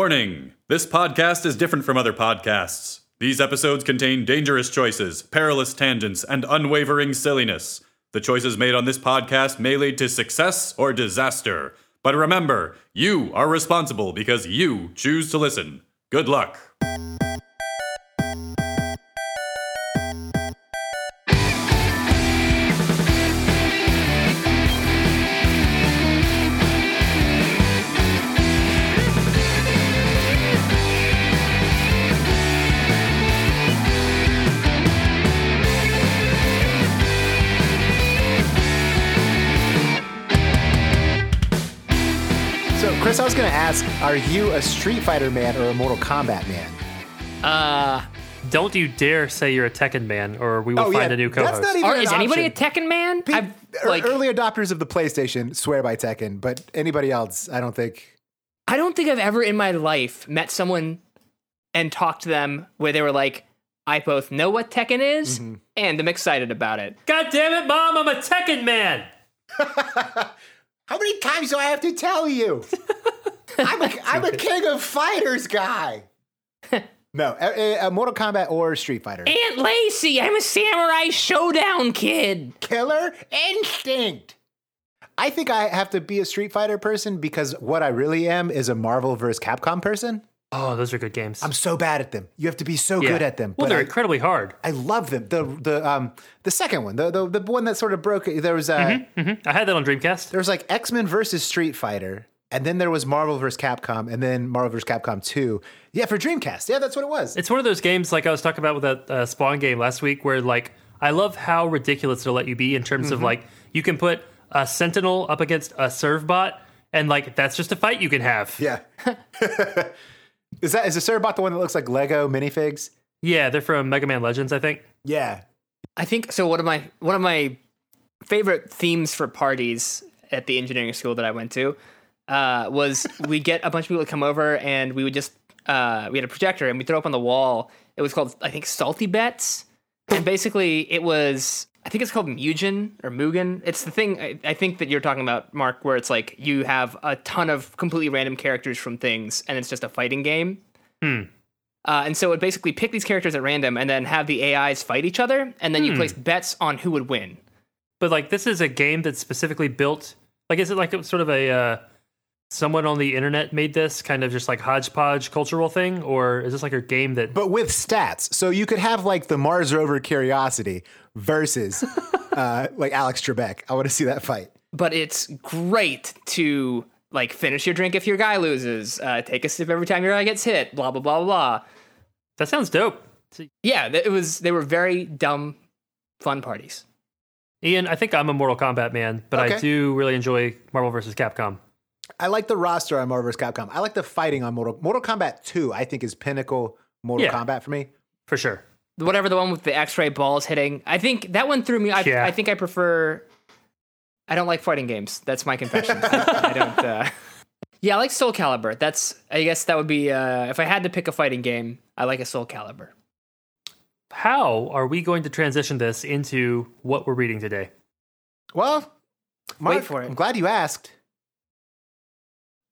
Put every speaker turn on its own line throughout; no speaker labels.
Warning this podcast is different from other podcasts. These episodes contain dangerous choices, perilous tangents, and unwavering silliness. The choices made on this podcast may lead to success or disaster. But remember, you are responsible because you choose to listen. Good luck.
So, Chris, I was going to ask, are you a Street Fighter man or a Mortal Kombat man?
Uh, don't you dare say you're a Tekken man, or we will find a new co-host.
Oh, That's not e- even
Or
an
is anybody a
option.
Tekken man?
Pe-
I've,
ear-
like,
early adopters of the PlayStation swear by Tekken, but anybody else, I don't think.
I don't think I've ever in my life met someone and talked to them where they were like, "I both know what Tekken is
Mm-hmm.
and I'm excited about it."
God damn it, mom! I'm a Tekken man.
How many times do I have to tell you? I'm a, I'm a king of fighters guy. no, a, a- a Mortal Kombat or Street Fighter.
Aunt Lacey, I'm a Samurai Showdown kid.
Killer instinct. I think I have to be a Street Fighter person because what I really am is a Marvel vs. Capcom person.
Oh, those are good games.
I'm so bad at them. You have to be so
Yeah.
good at them.
Well,
but
they're
I-
incredibly hard.
I love them. The the um the second one, the the, the one that sort of broke. it, There was uh,
hmm I had that on Dreamcast.
there was like X Men versus Street Fighter, and then there was Marvel vs. Capcom, and then Marvel vs. Capcom Two. Yeah, for Dreamcast. Yeah, that's what it was.
It's one of those games, like I was talking about with that uh, Spawn game last week, where like I love how ridiculous it'll let you be in terms
Mm-hmm.
of like you can put a Sentinel up against a Serve bot, and like that's just a fight you can have. Yeah,
yeah. is that is the Cerebot the one that looks like Lego minifigs?
they're from Mega Man Legends, I think.
Yeah.
I think so. One of my one of my favorite themes for parties at the engineering school that I went to uh, was we get a bunch of people to come over and we would just uh, we had a projector and we throw up on the wall. It was called I think Salty Bets, and basically it was I think it's called Mugen or Mugen. It's the thing I, I think that you're talking about, Mark, where it's like you have a ton of completely random characters from things and it's just a fighting game. Uh, and so it would basically pick these characters at random and then have the AIs fight each other, and then you place bets on who would win.
But like this is a game that's specifically built. Like, is it like a, sort of a uh, someone on the internet made this kind of just like hodgepodge cultural thing, or is this like a game that?
But with stats, so you could have like the Mars rover Curiosity versus uh, like Alex Trebek. I want to see that fight.
But it's great to like finish your drink if your guy loses, uh, take a sip every time your guy gets hit, blah blah blah blah.
That sounds dope.
Yeah, th- it was they were very dumb, fun parties.
Ian, I think I'm a Mortal Kombat man, but I
Okay.
do really enjoy Marvel vs. Capcom.
I like the roster on Marvel vs. Capcom. I like the fighting on Mortal Mortal Kombat 2, I think is pinnacle Mortal
Yeah.
Kombat for me.
For sure.
Whatever the one with the X-ray balls hitting, I think that one threw me. I,
Yeah.
I think I prefer. I don't like fighting games. That's my confession. I don't. Uh... Yeah, I like Soul Calibur. That's I guess that would be uh, if I had to pick a fighting game, I like a Soul Calibur.
How are we going to transition this into what we're reading today?
Well, Mark,
for it.
I'm glad you asked.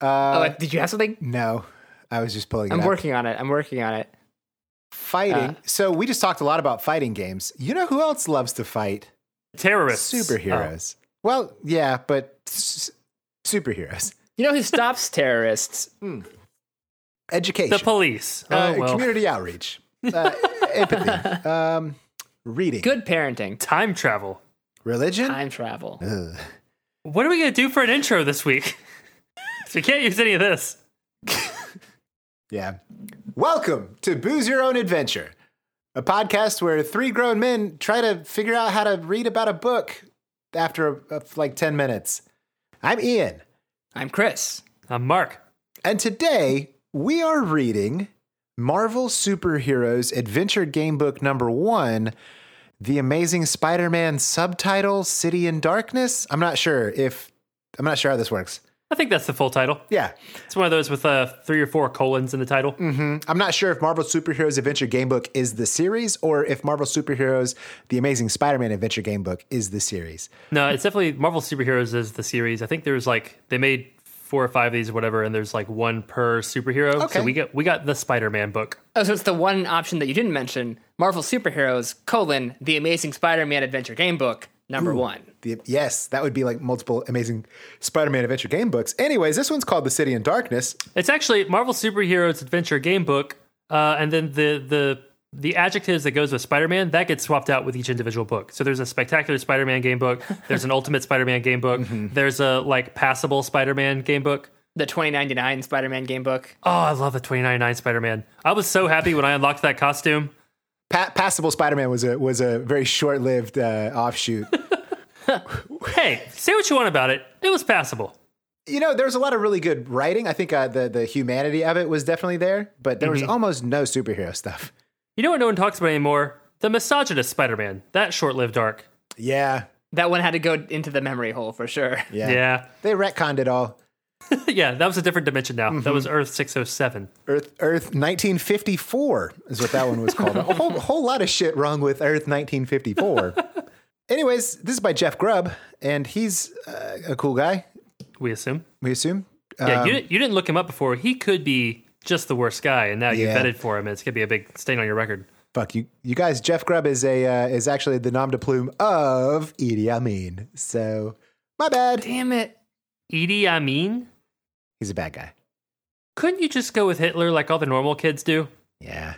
Uh,
oh, uh, did you have something?
no, I was just pulling. It
I'm
up.
working on it. I'm working on it.
fighting.
uh,
so we just talked a lot about fighting games. You know who else loves to fight?
Terrorists.
Oh.
Oh,
Superheroes. Well, yeah, but s- superheroes,
You know who stops terrorists?
Oh,
education,
the police.
uh,
oh, well.
community outreach, uh, empathy, um, reading,
Good parenting.
Time travel.
religion.
Time travel.
Ugh.
What are we going to do for an intro this week? we can't use any of this.
Yeah. Welcome to Booze Your Own Adventure, a podcast where three grown men try to figure out how to read about a book after uh, like 10 minutes. I'm Ian,
I'm Chris.
I'm Mark.
and today we are reading Marvel Superheroes Adventure Game Book Number One. The Amazing Spider Man subtitle, City in Darkness. I'm not sure if, I'm not sure how this works.
I think that's the full title.
Yeah.
It's one of those with uh, three or four colons in the title.
I'm not sure if Marvel Superheroes Adventure Game Book is the series or if Marvel Superheroes The Amazing Spider-Man Adventure Game Book is the series.
No, it's definitely Marvel Superheroes is the series. I think there's like they made four or five of these or whatever, and there's like one per superhero.
Okay.
So we got we got the Spider Man book.
Oh, so it's the one option that you didn't mention: Marvel superheroes colon the Amazing Spider-Man Adventure Game Book number one.
The- yes, that would be like multiple amazing Spider-Man adventure game books. Anyways, this one's called The City in Darkness.
It's actually Marvel Superheroes Adventure Game Book, uh, and then the the the adjectives that goes with Spider-Man that gets swapped out with each individual book. So there's a spectacular Spider-Man game book. There's an Ultimate Spider-Man game book. There's a like passable Spider-Man game book.
The 2099 Spider-Man Game Book.
Oh, I love the 2099 Spider-Man. I was so happy when I unlocked that costume.
Pa- Passable Spider-Man was a was a very short-lived uh, offshoot.
Hey, say what you want about it. It was passable.
you know, there was a lot of really good writing. I think uh, the the humanity of it was definitely there, but there was almost no superhero stuff.
You know what no one talks about anymore? The misogynist Spider-Man. That short-lived arc.
Yeah,
That one had to go into the memory hole for sure.
yeah,
Yeah.
They retconned it all.
Yeah, that was a different dimension now. That
Mm-hmm.
was Earth 607.
Earth, Earth, 1954 is what that one was called. a whole, whole lot of shit wrong with Earth 1954. Anyways, this is by Jeff Grubb, and he's uh, a cool guy.
We assume.
We assume.
Yeah,
Um,
you, didn't- you didn't look him up before. He could be just the worst guy, and now you
Yeah.
vetted for him. and It's gonna be a big stain on your record.
Fuck you, you guys. Jeff Grubb is a uh, is actually the nom de plume of Idi Amin. So my bad.
Damn it!
Edie Amin?
He's a bad guy.
Couldn't you just go with Hitler like all the normal kids do?
Yeah.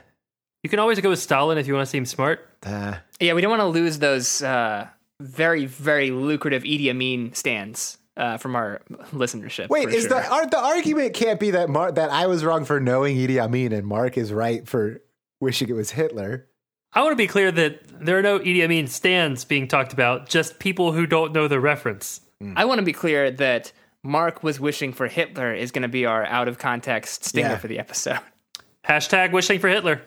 You can always go with Stalin if you want to seem smart.
Uh,
Yeah, we don't want to lose those uh, very very lucrative E Idi Amin stands uh, from our listenership.
wait,
for
is
sure.
the are, the argument can't be that Mar- that I was wrong for knowing Idi Amin and Mark is right for wishing it was Hitler?
I want to be clear that there are no Idi Amin stands being talked about, just people who don't know the reference.
I want to be clear that Mark was wishing for Hitler is going to be our out of context stinger
Yeah.
for the episode.
Hashtag wishing for Hitler.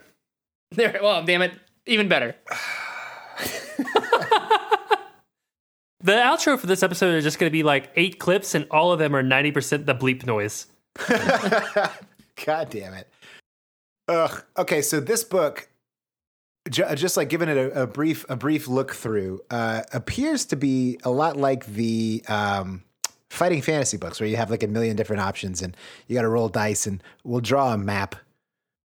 There, well, damn it, even better.
The outro for this episode is just going to be like eight clips, and all of them are 90% the bleep noise.
God damn it. Ugh. Okay, so this book, ju- uh, just like giving it a, a brief a brief look through, uh, appears to be a lot like the um, fighting fantasy books, where you have like a million different options and you got to roll dice and we'll draw a map.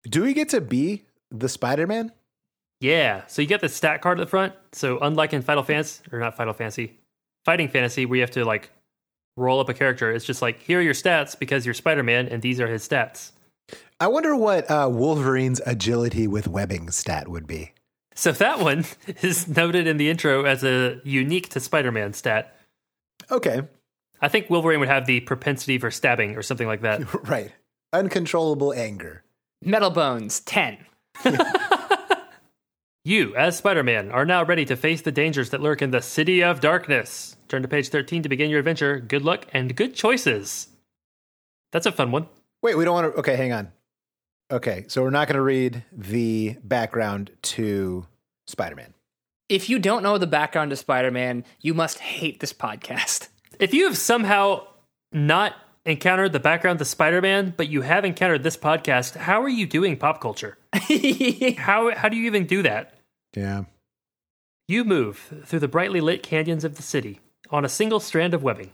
Do we get to be the Spider Man?
Yeah. So you get the stat card at the front. So unlike in Final Fantasy, or not Final Fantasy, Fighting Fantasy, where you have to like roll up a character, it's just like here are your stats because you're Spider-Man and these are his stats.
I wonder what uh, Wolverine's agility with webbing stat would be.
So that one is noted in the intro as a unique to Spider-Man stat.
Okay,
I think Wolverine would have the propensity for stabbing or something like that.
right. Uncontrollable anger.
Metal Bones ten.
You, as Spider Man, are now ready to face the dangers that lurk in the City of Darkness. Turn to page 13 to begin your adventure. Good luck and good choices. That's a fun one.
Wait, we don't want to. Okay, hang on. Okay, so we're not going to read the background to Spider Man.
If you don't know the background to Spider-Man, you must hate this podcast.
If you have somehow not encountered the background to Spider Man, but you have encountered this podcast, how are you doing pop culture? how, how do you even do that?
Yeah.
You move through the brightly lit canyons of the city on a single strand of webbing.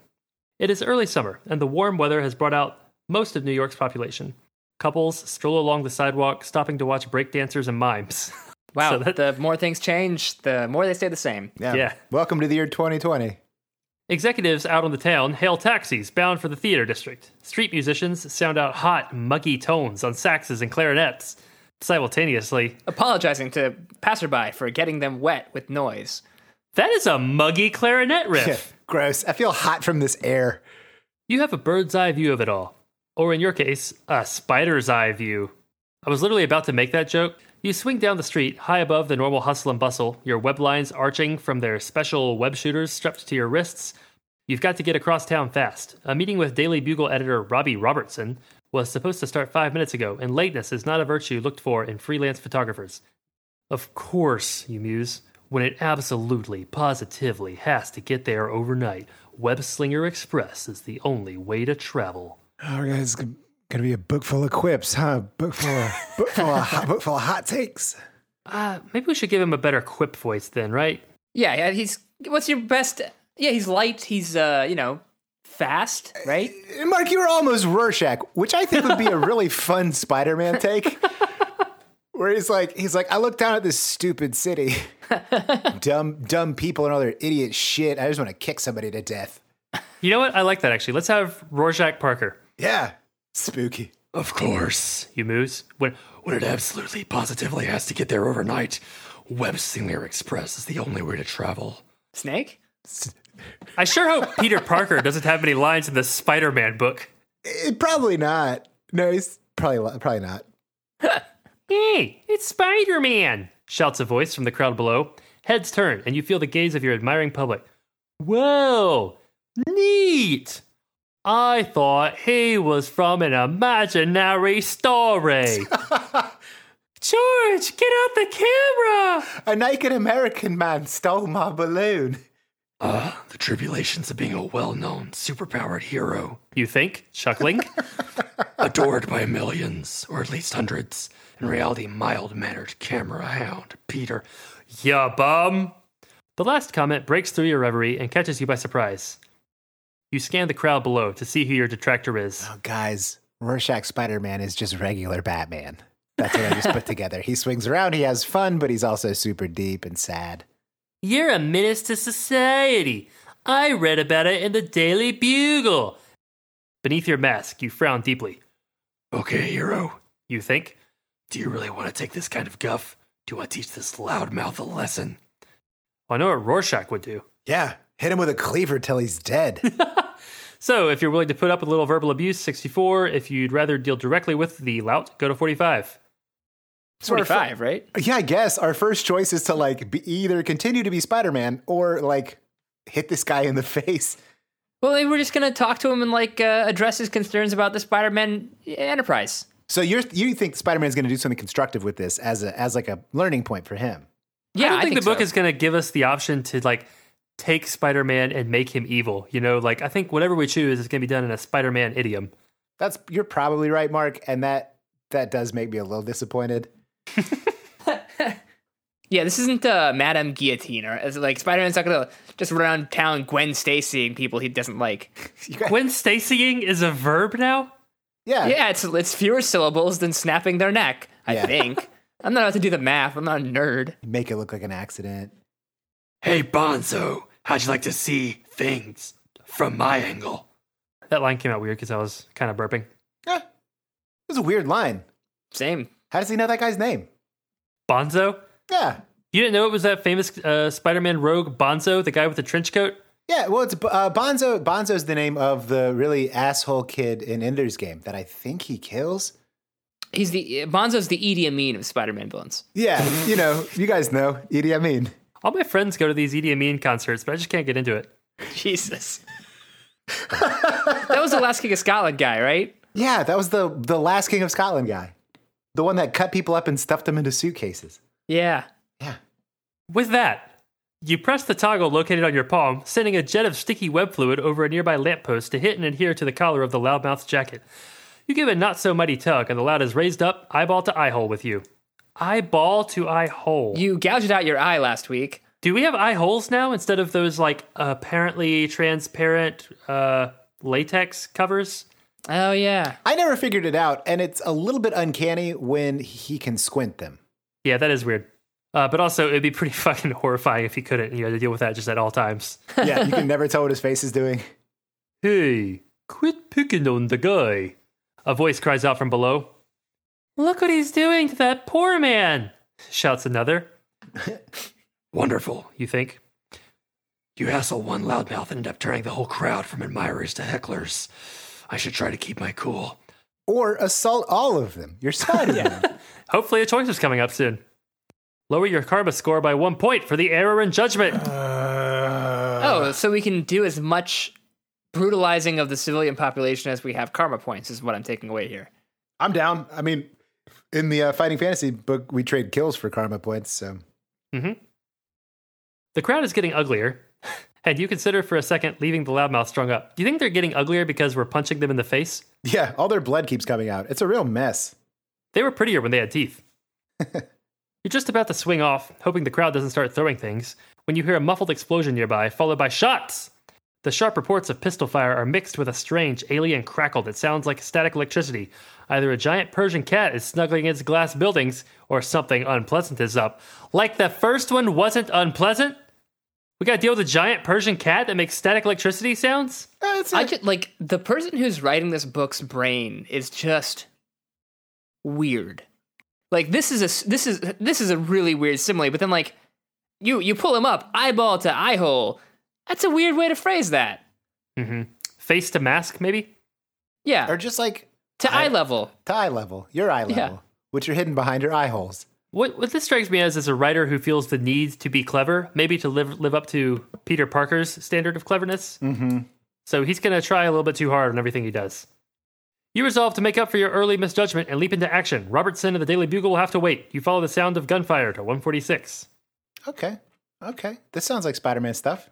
It is early summer, and the warm weather has brought out most of New York's population. Couples stroll along the sidewalk, stopping to watch breakdancers and mimes.
Wow,
So that-
the more things change, the more they stay the same.
Yeah.
Welcome to the year 2020.
Executives out on the town hail taxis bound for the theater district. Street musicians sound out hot, muggy tones on saxes and clarinets. Simultaneously,
Apologizing to passerby for getting them wet with noise.
that is a muggy clarinet riff.
Yeah, Gross. I feel hot from this air.
You have a bird's eye view of it all, or in your case, a spider's eye view. I was literally about to make that joke. You swing down the street, high above the normal hustle and bustle, your web lines arching from their special web shooters strapped to your wrists. You've got to get across town fast. A meeting with Daily Bugle editor Robbie Robertson was supposed to start five minutes ago, and lateness is not a virtue looked for in freelance photographers. Of course, you muse, when it absolutely, positively has to get there overnight, Webslinger Express is the only way to travel.
Oh, guys, it's going to be a book full of quips, huh? Book full of, book full of, book full of hot takes.
Uh, maybe we should give him a better quip voice then, right?
Yeah, yeah, he's what's your best? Yeah, he's light. He's uh, you know, fast, right?
Mark, you were almost Rorschach, which I think would be a really fun Spider-Man take. Where he's like, he's like, I look down at this stupid city, dumb, dumb people and all their idiot shit. I just want to kick somebody to death.
You know what? I like that actually. Let's have Rorschach Parker.
Yeah, spooky.
Of course.
You moose when
When it absolutely positively has to get there overnight, Web Singer Express is the only way to travel.
Snake?
I sure hope Peter Parker doesn't have any lines in the Spider-Man book.
Eh, probably not. No, he's probably li- probably not.
Hey, it's Spider-Man! Shouts a voice from the crowd below. Heads turn, and you feel the gaze of your admiring public. Whoa! Neat! I thought he was from an imaginary story. George, get out the camera!
A naked American man stole my balloon.
Uh, the tribulations of being a well known, superpowered hero,
You think, chuckling?
adored by millions, or at least hundreds. In reality, mild mannered camera hound, Peter.
ya bum! The last comment breaks through your reverie and catches you by surprise. You scan the crowd below to see who your detractor is.
Oh, guys, Rorschach Spider-Man is just regular Batman. That's what I just put together. He swings around, he has fun, but he's also super deep and sad.
You're a menace to society. I read about it in the Daily Bugle. Beneath your mask, you frown deeply.
Okay, hero,
You think?
do you really want to take this kind of guff? Do I teach this loudmouth a lesson?
Well, I know what Rorschach would do.
Yeah, hit him with a cleaver till he's dead.
So, if you're willing to put up with a little verbal abuse, 64. If you'd rather deal directly with the lout, go to 45.
our
25, right?
yeah, I guess our first choice is to like be either continue to be Spider-Man or like hit this guy in the face.
Well, they were just going to talk to him and like uh, address his concerns about the Spider-Man Enterprise.
So you you think Spider-Man's going to do something constructive with this as a as like a learning point for him?
Yeah,
I don't think, the book
so.
is going to give us the option to like take Spider-Man and make him evil. You know, like I think whatever we choose is going to be done in a Spider-Man idiom.
That's you're probably right, Mark, and that that does make me a little disappointed.
Yeah, this isn't uh, Madame Guillotine, or as like Spider-Man's not going to just run around town Gwen Stacying people he doesn't like.
You guys,
When Stacying is a verb now?
yeah,
Yeah, it's it's fewer syllables than snapping their neck. I
Uh, Yeah.
think. I'm not about to do the math. I'm not a nerd.
make it look like an accident.
Hey, Bonzo, how'd you like to see things from my angle?
That line came out weird cuz I was kind of burping.
Yeah, it was a weird line.
Same.
How does he know that guy's name?
Bonzo?
Yeah,
You didn't know it was that famous uh, Spider-Man rogue Bonzo, the guy with the trench coat?
yeah. Well, it's uh, Bonzo. Bonzo's the name of the really asshole kid in Ender's Game that I think he kills.
He's the Bonzo's the Idi Amin of Spider-Man villains.
Yeah, you know, you guys know Idi Amin.
All my friends go to these Idi Amin concerts, but I just can't get into it.
Jesus. that was the last King of Scotland guy, right?
Yeah, that was the the last King of Scotland guy, the one that cut people up and stuffed them into suitcases.
Yeah.
Yeah.
With that, you press the toggle located on your palm, sending a jet of sticky web fluid over a nearby lamppost to hit and adhere to the collar of the loudmouth's jacket. You give a not so mighty tug, and the loud is raised up, eyeball to eyehole with you. Eyeball to eyehole.
You gouged out your eye last week.
Do we have eye holes now instead of those, like, apparently transparent uh, latex covers?
Oh yeah.
I never figured it out, and it's a little bit uncanny when he can squint them.
Yeah, that is weird. Uh, but also, it'd be pretty fucking horrifying if you couldn't, and you had to deal with that just at all times.
Yeah, you can never tell what his face is doing.
Hey, quit picking on the guy. A voice cries out from below. Look what he's doing to that poor man, shouts another.
Wonderful.
You think?
You hassle one loudmouth and end up turning the whole crowd from admirers to hecklers. I should try to keep my cool.
Or assault all of them. You're Spider-Man.
Hopefully, a choice is coming up soon. Lower your karma score by one point for the error in judgment.
oh, so we can do as much brutalizing of the civilian population as we have karma points is what I'm taking away here.
I'm down. I mean, in the uh, Fighting Fantasy book, we trade kills for karma points. So
The crowd is getting uglier, and you consider for a second leaving the loudmouth strung up. Do you think they're getting uglier because we're punching them in the face?
yeah, all their blood keeps coming out. It's a real mess.
They were prettier when they had teeth. You're just about to swing off, hoping the crowd doesn't start throwing things, when you hear a muffled explosion nearby, followed by shots. The sharp reports of pistol fire are mixed with a strange alien crackle that sounds like static electricity. Either a giant Persian cat is snuggling in its glass buildings, or something unpleasant is up. Like the first one wasn't unpleasant? We gotta deal with a giant Persian cat that makes static electricity sounds?
That's
I
it.
just like the person who's writing this book's brain is just weird. Like this is a s- this is this is a really weird simile, but then like you you pull him up eyeball to eye hole. That's a weird way to phrase that.
hmm. Face to mask, maybe?
Yeah,
or just like
to eye level.
to eye level, your eye level,
Yeah.
which are hidden behind your eye holes.
What, what this strikes me as is a writer who feels the need to be clever, maybe to live, live up to Peter Parker's standard of cleverness. Mm-hmm. So he's going to try a little bit too hard on everything he does. You resolve to make up for your early misjudgment and leap into action. Robertson and the Daily Bugle will have to wait. You follow the sound of gunfire to 146.
Okay. Okay. This sounds like Spider Man stuff.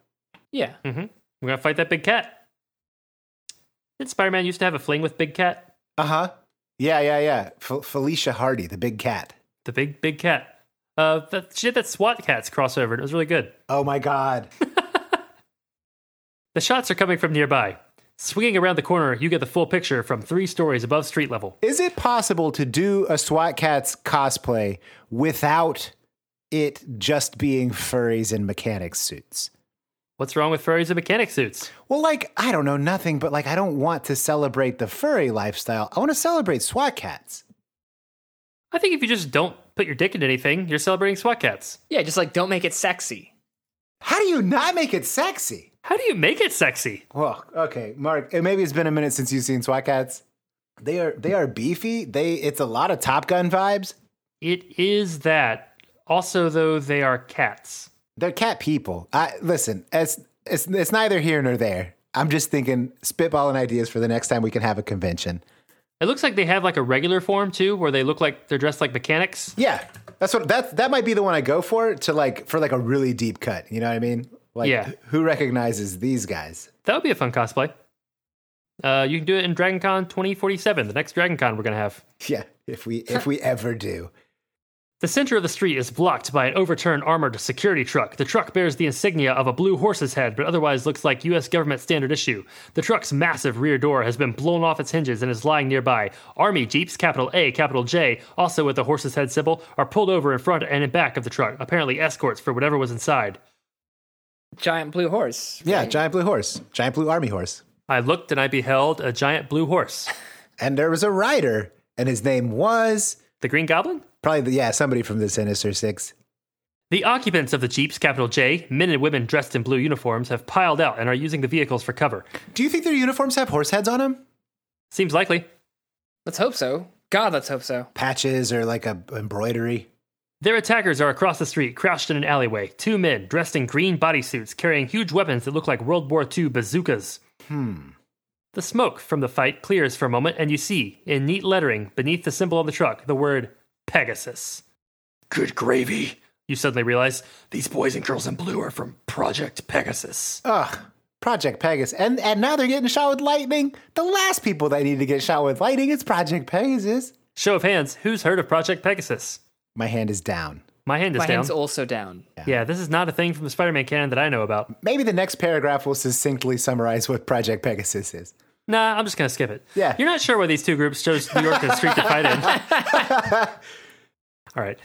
Yeah,
Mm-hmm. We're going to fight that big cat. Did Spider Man used to have a fling with Big Cat?
Uh huh. Yeah, yeah, yeah. F- Felicia Hardy, the big cat.
The big, big cat. Uh, that, she did that SWAT Cats crossover, and it was really good.
Oh my God.
The shots are coming from nearby. Swinging around the corner, you get the full picture from three stories above street level.
Is it possible to do a SWAT Cats cosplay without it just being furries in mechanic suits?
What's wrong with furries and mechanic suits?
Well, like, I don't know nothing, but like, I don't want to celebrate the furry lifestyle. I want to celebrate SWAT cats.
I think if you just don't put your dick in anything, you're celebrating SWAT cats.
yeah. Just like don't make it sexy.
How do you not make it sexy?
How do you make it sexy?
Well, okay, Mark. eh, Maybe it's been a minute since you've seen SWAT cats. They are they are beefy. They it's a lot of Top Gun vibes.
It is that. Also, though, they are cats.
They're cat people. I listen. It's it's it's neither here nor there. I'm just thinking spitballing ideas for the next time we can have a convention.
It looks like they have like a regular form too, where they look like they're dressed like mechanics.
Yeah, that's what that that might be the one I go for to like for like a really deep cut. You know what I mean? Like,
Yeah.
Who recognizes these guys?
That would be a fun cosplay. Uh, you can do it in Dragon Con 2047, the next Dragon Con we're going to have.
Yeah, if we if we ever do.
The center of the street is blocked by an overturned armored security truck. The truck bears the insignia of a blue horse's head, but otherwise looks like U.S. government standard issue. The truck's massive rear door has been blown off its hinges and is lying nearby. Army jeeps, capital A, capital J, also with the horse's head symbol, are pulled over in front and in back of the truck, apparently escorts for whatever was inside.
Giant blue horse.
Yeah, giant blue horse, giant blue army horse,
I looked and I beheld a giant blue horse.
and there was a rider, and his name was
The Green Goblin?
probably the, yeah somebody from the Sinister Six.
The occupants of the Jeeps, capital J, men and women dressed in blue uniforms, have piled out and are using the vehicles for cover.
Do you think their uniforms have horse heads on them?
Seems likely.
Let's hope so. God, let's hope so.
Patches or like a embroidery?
Their attackers are across the street, crouched in an alleyway. Two men dressed in green bodysuits, carrying huge weapons that look like World War II bazookas. Hmm. The smoke from the fight clears for a moment, and you see, in neat lettering beneath the symbol on the truck, the word Pegasus.
Good gravy.
You suddenly realize
These boys and girls in blue are from Project Pegasus.
Ugh. Project Pegasus, and and now they're getting shot with lightning. The last people that need to get shot with lightning is Project Pegasus.
show of hands, who's heard of Project Pegasus?
My hand is down.
My hand is
My
down.
hand's also down.
yeah, this is not a thing from the Spider Man canon that I know about.
Maybe the next paragraph will succinctly summarize what Project Pegasus is.
Nah, I'm just going to skip it.
Yeah.
You're not sure why these two groups chose New York as a street to fight in. All right.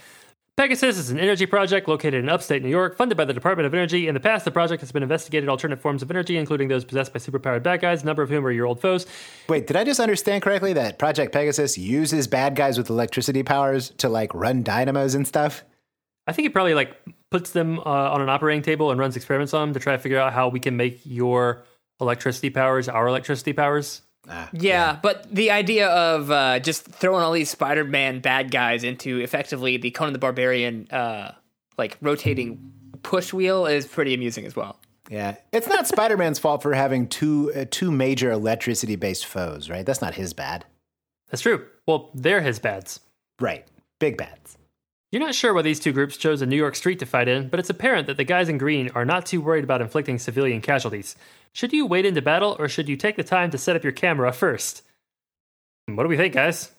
Pegasus is an energy project located in upstate New York, funded by the Department of Energy. In the past, the project has been investigated alternate forms of energy, including those possessed by superpowered bad guys, a number of whom are your old foes.
Wait, did I just understand correctly that Project Pegasus uses bad guys with electricity powers to like run dynamos and stuff?
I think it probably like puts them uh, on an operating table and runs experiments on them to try to figure out how we can make your electricity powers our electricity powers.
Yeah, but the idea of uh, just throwing all these Spider-Man bad guys into effectively the Conan the Barbarian uh, like rotating push wheel is pretty amusing as well.
Yeah, it's not Spider-Man's fault for having two uh, two major electricity-based foes, right? That's not his bad.
That's true. Well, they're his bads.
Right, big bats.
You're not sure why these two groups chose a New York street to fight in, but it's apparent that the guys in green are not too worried about inflicting civilian casualties. Should you wade into battle, or should you take the time to set up your camera first? What do we think, guys?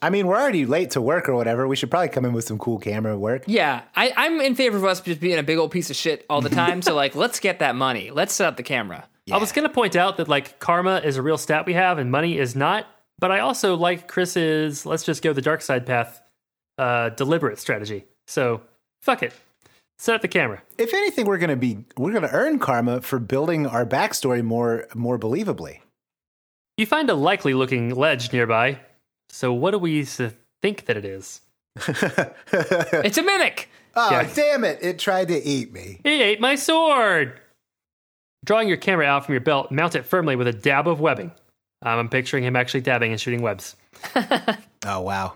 I mean, we're already late to work or whatever. We should probably come in with some cool camera work.
Yeah, I, I'm in favor of us just being a big old piece of shit all the time. so like, let's get that money. Let's set up the camera.
I was going to point out that like karma is a real stat we have and money is not, but I also like Chris's let's just go the dark side path uh deliberate strategy. So, fuck it. Set up the camera.
If anything, we're gonna be we're gonna earn karma for building our backstory more more believably.
You find a likely looking ledge nearby. So, what do we s- think that it is?
It's a mimic.
Oh
Yeah.
damn it! It tried to eat me.
It ate my sword. Drawing your camera out from your belt, mount it firmly with a dab of webbing. Um, I'm picturing him actually dabbing and shooting webs.
Oh wow.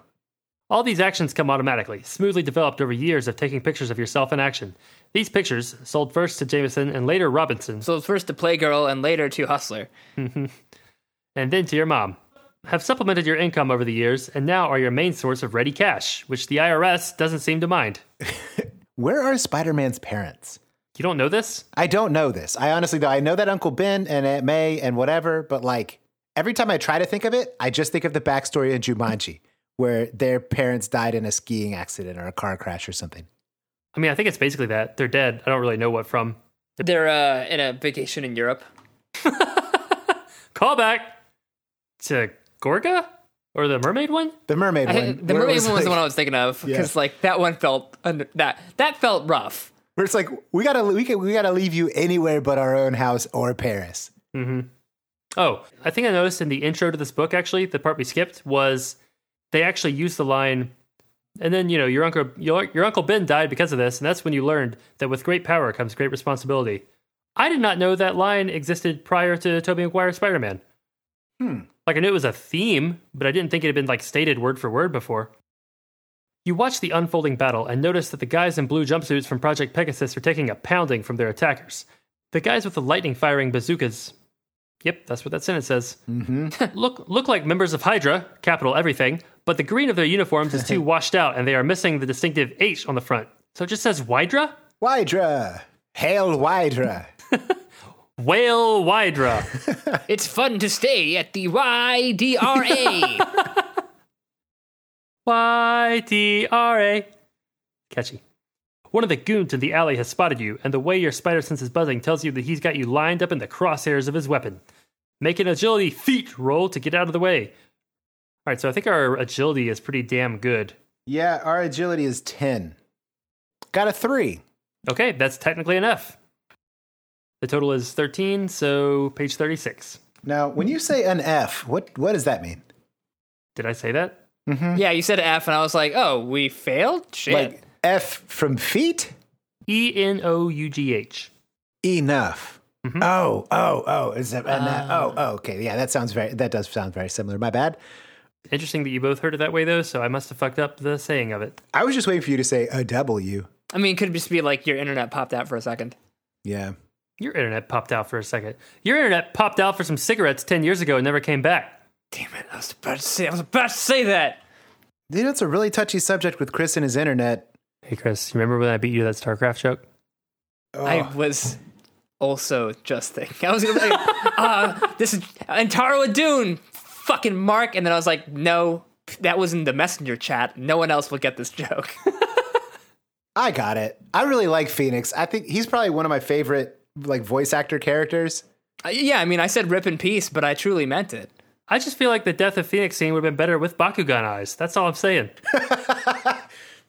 All these actions come automatically, smoothly developed over years of taking pictures of yourself in action. These pictures, sold first to Jameson and later Robinson,
So it's first to Playgirl and later to Hustler.
and then to your mom, have supplemented your income over the years and now are your main source of ready cash, which the IRS doesn't seem to mind.
Where are Spider Man's parents?
You don't know this?
I don't know this. I honestly don't. I know that Uncle Ben and Aunt May and whatever, but like every time I try to think of it, I just think of the backstory in Jumanji where their parents died in a skiing accident or a car crash or something.
I mean, I think it's basically that. They're dead. I don't really know what from.
They're uh, in a vacation in Europe.
Call back to Gorga or the mermaid one?
The mermaid
I
one.
think the
where it
mermaid one was the
like-
one I was thinking of because like that one felt under, that that felt rough.
Where it's like we gotta we, can, we gotta leave you anywhere but our own house or Paris.
Oh, I think I noticed in the intro to this book, actually, the part we skipped was they actually used the line, and then you know your uncle your, your uncle Ben died because of this, and that's when you learned that with great power comes great responsibility. I did not know that line existed prior to Tobey Maguire's Spider Man. Hmm. Like I knew it was a theme, but I didn't think it had been like stated word for word before. You watch the unfolding battle and notice that the guys in blue jumpsuits from Project Pegasus are taking a pounding from their attackers. The guys with the lightning firing bazookas Yep, that's what that sentence says. look, look like members of Hydra, capital everything, but the green of their uniforms is too washed out, and they are missing the distinctive H on the front. So it just says Wydra,
Wydra, hail Wydra.
whale Wydra.
It's fun to stay at the YDRA.
Y D R A. Catchy. One of the goons in the alley has spotted you, and the way your spider sense is buzzing tells you that he's got you lined up in the crosshairs of his weapon. Make an agility feet roll to get out of the way. All right, so I think our agility is pretty damn good.
yeah, our agility is ten. Got a three.
Okay, that's technically enough. The total is 13, so page 36.
Now, when you say an F, what what does that mean?
Did I say that?
yeah, you said F, and I was like, oh, we failed. Shit.
Like F from feet?
E N O U G H.
Enough. Oh, oh, oh, is that enough? oh, oh, okay. Yeah, that sounds very that does sound very similar. My bad.
Interesting that you both heard it that way, though, so I must have fucked up the saying of it.
I was just waiting for you to say a W.
I mean, it could just be like your internet popped out for a second.
Yeah.
Your internet popped out for a second. Your internet popped out for some cigarettes 10 years ago and never came back.
Damn it! I was about to say. I was about to say that.
You know, it's a really touchy subject with Chris and his internet.
Hey, Chris, you remember when I beat you to that StarCraft joke?
I was also just thinking. I was gonna be like, uh, this is Antara Dune, fucking Mark. And then I was like, no, that was in the messenger chat. No one else will get this joke. Uh,
I got it. I really like Phoenix. I think he's probably one of my favorite like voice actor characters.
Uh, yeah, I mean, I said rip in peace, but I truly meant it.
I just feel like the Death of Phoenix scene would have been better with Bakugan eyes. That's all I'm saying.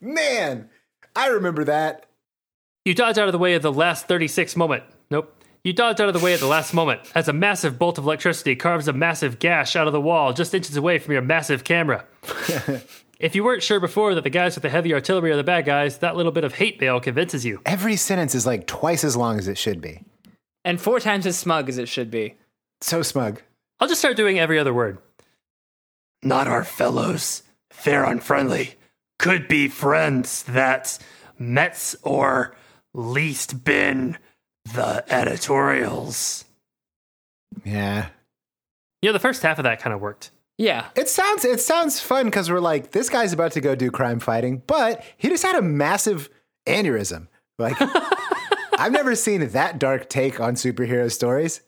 Man, I remember that.
You dodge out of the way at the last 36 moment. Nope. You dodge out of the way at the last moment as a massive bolt of electricity carves a massive gash out of the wall just inches away from your massive camera. if you weren't sure before that the guys with the heavy artillery are the bad guys, that little bit of hate mail convinces you.
Every sentence is like twice as long as it should be.
And four times as smug as it should be.
So smug.
I'll just start doing every other word.
Not our fellows. They're unfriendly. Could be friends that Mets or least been the editorials.
Yeah.
You know, the first half of that kind of worked.
Yeah.
It sounds it sounds fun because we're like, this guy's about to go do crime fighting, but he just had a massive aneurysm. Like I've never seen that dark take on superhero stories.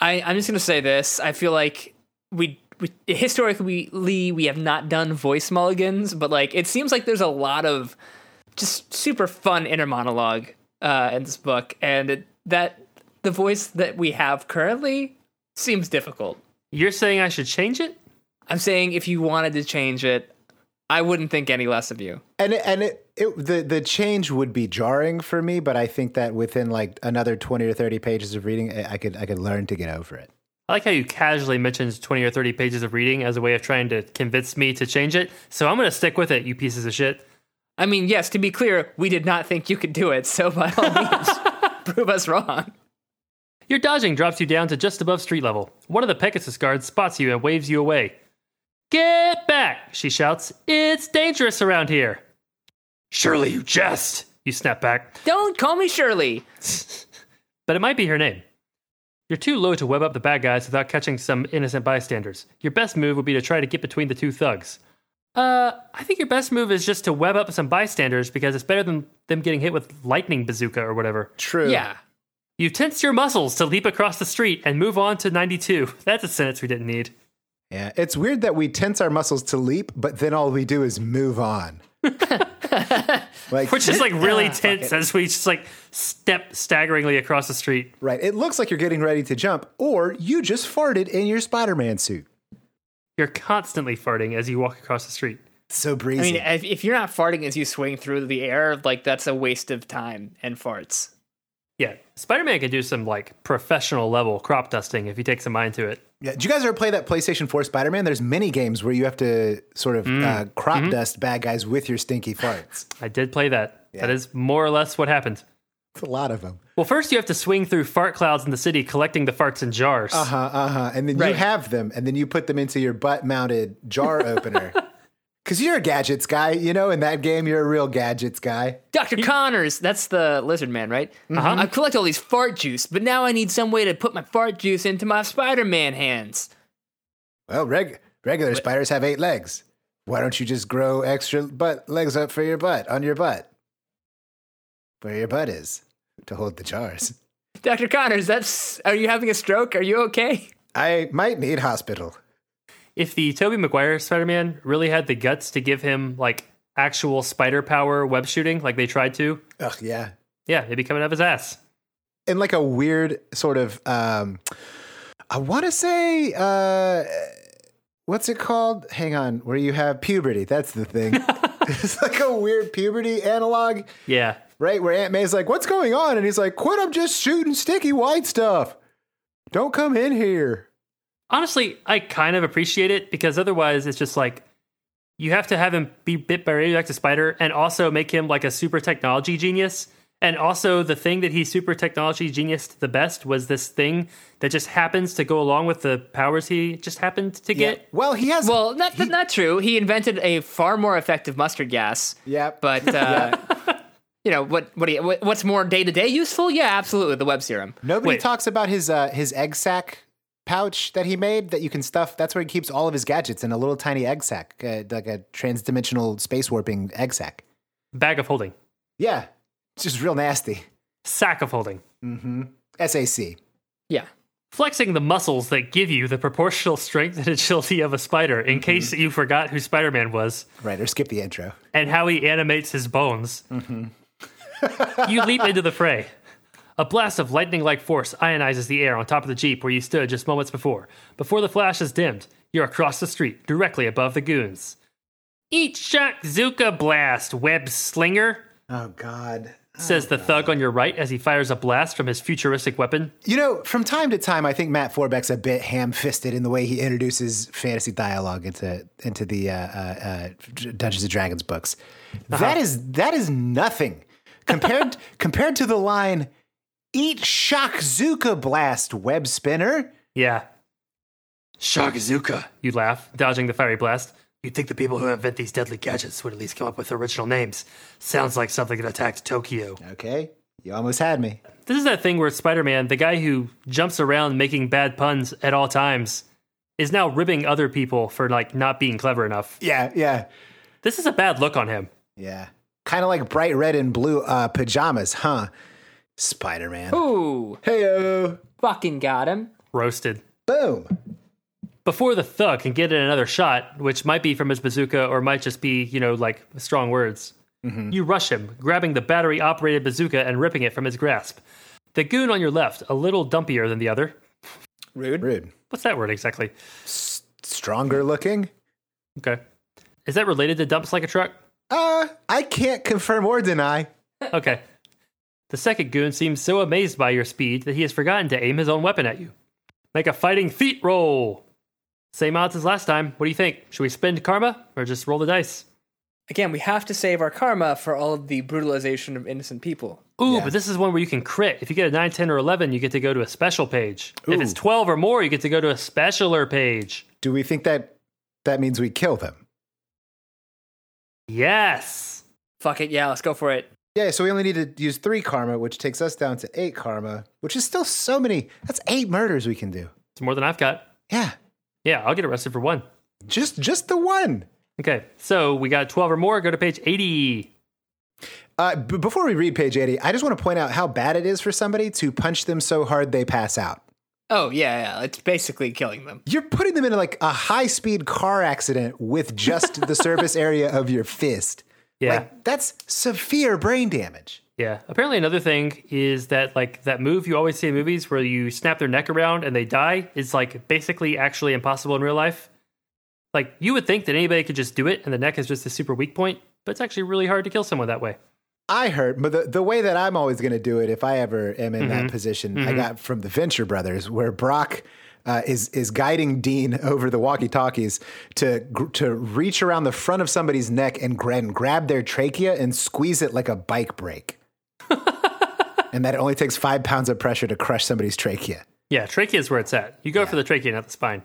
I, I'm just gonna say this. I feel like we, we historically we have not done voice mulligans, but like it seems like there's a lot of just super fun inner monologue uh, in this book, and it, that the voice that we have currently seems difficult.
You're saying I should change it?
I'm saying if you wanted to change it, I wouldn't think any less of you.
and it, and it, it the the change would be jarring for me, but I think that within like another twenty or thirty pages of reading, I I could I could learn to get over it.
I like how you casually mentioned 20 or 30 pages of reading as a way of trying to convince me to change it. So I'm going to stick with it, you pieces of shit.
I mean, yes, to be clear, we did not think you could do it, so by all means, prove us wrong.
Your dodging drops you down to just above street level. One of the Pegasus guards spots you and waves you away. Get back, she shouts. It's dangerous around here.
Surely you jest.
You snap back,
Don't call me Shirley.
but it might be her name. You're too low to web up the bad guys without catching some innocent bystanders. Your best move would be to try to get between the two thugs. Uh, I think your best move is just to web up some bystanders because it's better than them getting hit with lightning bazooka or whatever.
True.
Yeah.
You tense your muscles to leap across the street and move on to 92. That's a sentence we didn't need.
Yeah. It's weird that we tense our muscles to leap, but then all we do is move on. like
We're just like really tense as we just like step staggeringly across the street.
right, it looks like you're getting ready to jump, or you just farted in your Spider-Man suit.
You're constantly farting as you walk across the street.
So
I mean,
breezy.
if, if you're not farting as you swing through the air, like that's a waste of time and farts.
Yeah, Spider Man could do some like professional level crop dusting if he takes a mind to it.
yeah. Did you guys ever play that PlayStation 4 Spider-Man? There's many games where you have to sort of
Mm.
uh, crop
Mm-hmm.
dust bad guys with your stinky farts.
I did play that. That is more or less what happened.
It's a lot of them.
Well, first you have to swing through fart clouds in the city collecting the farts in jars.
Uh huh. Uh huh. And then you
Right.
have them, and then you put them into your butt-mounted jar opener. Because you're a gadgets guy, you know. In that game, you're a real gadgets guy.
Dr. Connors, that's the lizard man, right?
Uh-huh.
I collect all these fart juice, but now I need some way to put my fart juice into my Spider Man hands.
Well, reg- regular spiders have eight legs. Why don't you just grow extra butt legs up for your butt on your butt, where your butt is, to hold the jars?
Dr. Connors, that's. Are you having a stroke? Are you okay?
I might need hospital.
if the Toby Maguire Spider Man really had the guts to give him like actual spider power web shooting like they tried to,
Ugh, yeah.
yeah, it'd be coming out of his ass.
in like a weird sort of um I want to say uh what's it called? Hang on, where you have puberty. That's the thing. it's like a weird puberty analog,
Yeah.
right? Where Aunt May's like, "What's going on?" and he's like, "Quit, I'm just shooting sticky white stuff. Don't come in here."
honestly, I kind of appreciate it because otherwise it's just like you have to have him be bit by a radioactive spider and also make him like a super technology genius. And also the thing that he super technology genius the best was this thing that just happens to go along with the powers he just happened to get.
Well, he has
Well, not, not true. He invented a far more effective mustard gas.
Yep.
But, uh, you know, what, what, do you, what what's more day to day useful? Yeah, absolutely. The web serum.
Nobody
Wait.
talks about his uh, his egg sack pouch that he made that you can stuff. That's where he keeps all of his gadgets in a little tiny egg sack, uh, like a transdimensional space warping egg sack.
Bag of holding.
Yeah, it's just real nasty.
Sack of holding.
SAC.
Yeah.
Flexing the muscles that give you the proportional strength and agility of a spider, in case you forgot who Spider Man was.
Right, or skip the intro.
and how he animates his bones. you leap into the fray. A blast of lightning like force ionizes the air on top of the Jeep where you stood just moments before. Before the flash is dimmed, you're across the street, directly above the goons. Eat shock Zuka blast, web slinger,
Oh, God.
says the thug on your right as he fires a blast from his futuristic weapon.
You know, from time to time, I think Matt Forbeck's a bit ham fisted in the way he introduces fantasy dialogue into into the uh, uh, uh, Dungeons and Dragons books. That is that is nothing compared compared to the line "Eat Shockzuka Blast Web Spinner."
Yeah,
Shagazuka.
you laugh, dodging the fiery blast.
You'd think the people who invent these deadly gadgets would at least come up with original names. Sounds like something that attacked Tokyo.
Okay, you almost had me.
This is that thing where Spider Man, the guy who jumps around making bad puns at all times, is now ribbing other people for like not being clever enough.
Yeah, yeah,
This is a bad look on him.
yeah. Kind of like bright red and blue uh, pajamas, huh? Spider Man.
Ooh,
Heyo.
fucking got him.
Roasted.
Boom.
Before the thug can get in another shot, which might be from his bazooka or might just be, you know, like strong words, you rush him, grabbing the battery operated bazooka and ripping it from his grasp. The goon on your left, a little dumpier than the other.
Rude.
Rude.
What's that word exactly?
Stronger looking?
Okay. Is that related to dumps like a truck?
Uh, I can't confirm or deny.
Okay. The second goon seems so amazed by your speed that he has forgotten to aim his own weapon at you. Make a fighting feet roll. Same odds as last time. What do you think? Should we spend karma or just roll the dice?
Again, we have to save our karma for all of the brutalization of innocent people.
Ooh,
Yeah.
but this is one where you can crit. If you get a 9, 10, or 11, you get to go to a special page. If it's
Ooh.
12 or more, you get to go to a specialer page.
Do we think that that means we kill them?
Yes.
Fuck it, yeah, let's go for it.
Yeah, so we only need to use three karma, which takes us down to eight karma, which is still so many. That's eight murders we can do.
It's more than I've got.
Yeah,
Yeah, I'll get arrested for one.
just just the one.
Okay, so we got 12 or more. Go to page 80.
Uh, b- before we read page 80, I just want to point out how bad it is for somebody to punch them so hard they pass out.
Oh, yeah, yeah, it's basically killing them.
You're putting them in like a high speed car accident with just the surface area of your fist.
Yeah.
Like, that's severe brain damage.
Yeah. Apparently, another thing is that like that move you always see in movies where you snap their neck around and they die is like basically actually impossible in real life. Like you would think that anybody could just do it, and the neck is just a super weak point, but it's actually really hard to kill someone that way.
I heard, but the, the way that I'm always going to do it, if I ever am in that position, I got from the Venture Brothers, where Brock uh, is is guiding Dean over the walkie talkies to gr- to reach around the front of somebody's neck and, gra- and grab their trachea and squeeze it like a bike brake, and that it only takes five pounds of pressure to crush somebody's trachea.
Yeah, trachea is where it's at. You go for the trachea, not the spine.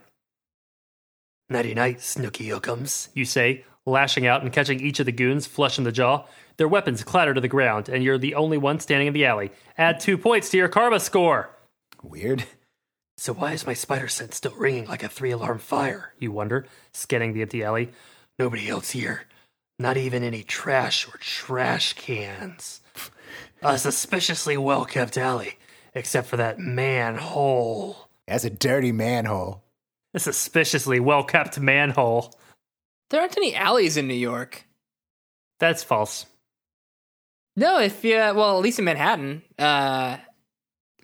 Nighty night, Snooky Yookums.
You say, lashing out and catching each of the goons flush in the jaw. Their weapons clatter to the ground, and you're the only one standing in the alley. Add two points to your karma score.
Weird.
So why is my spider sense still ringing like a three alarm fire?
You wonder, scanning the empty alley.
Nobody else here. Not even any trash or trash cans. A suspiciously well kept alley, except for that manhole.
That's a dirty manhole.
A suspiciously well kept manhole.
There aren't any alleys in New York.
That's false.
No, if you, well, at least in Manhattan, uh,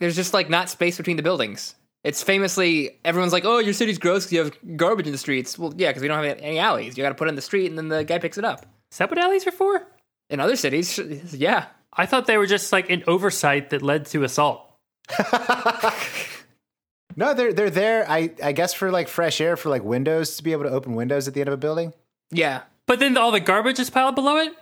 there's just like not space between the buildings. It's famously, everyone's like, oh, your city's gross because you have garbage in the streets. Well, yeah, because we don't have any alleys. You got to put it in the street and then the guy picks it up.
Is that what alleys are for?
In other cities, sh- yeah.
I thought they were just like an oversight that led to assault.
No, they're they're there. I I guess for like fresh air for like windows to be able to open windows at the end of a building.
Yeah.
But then all the garbage is piled below it?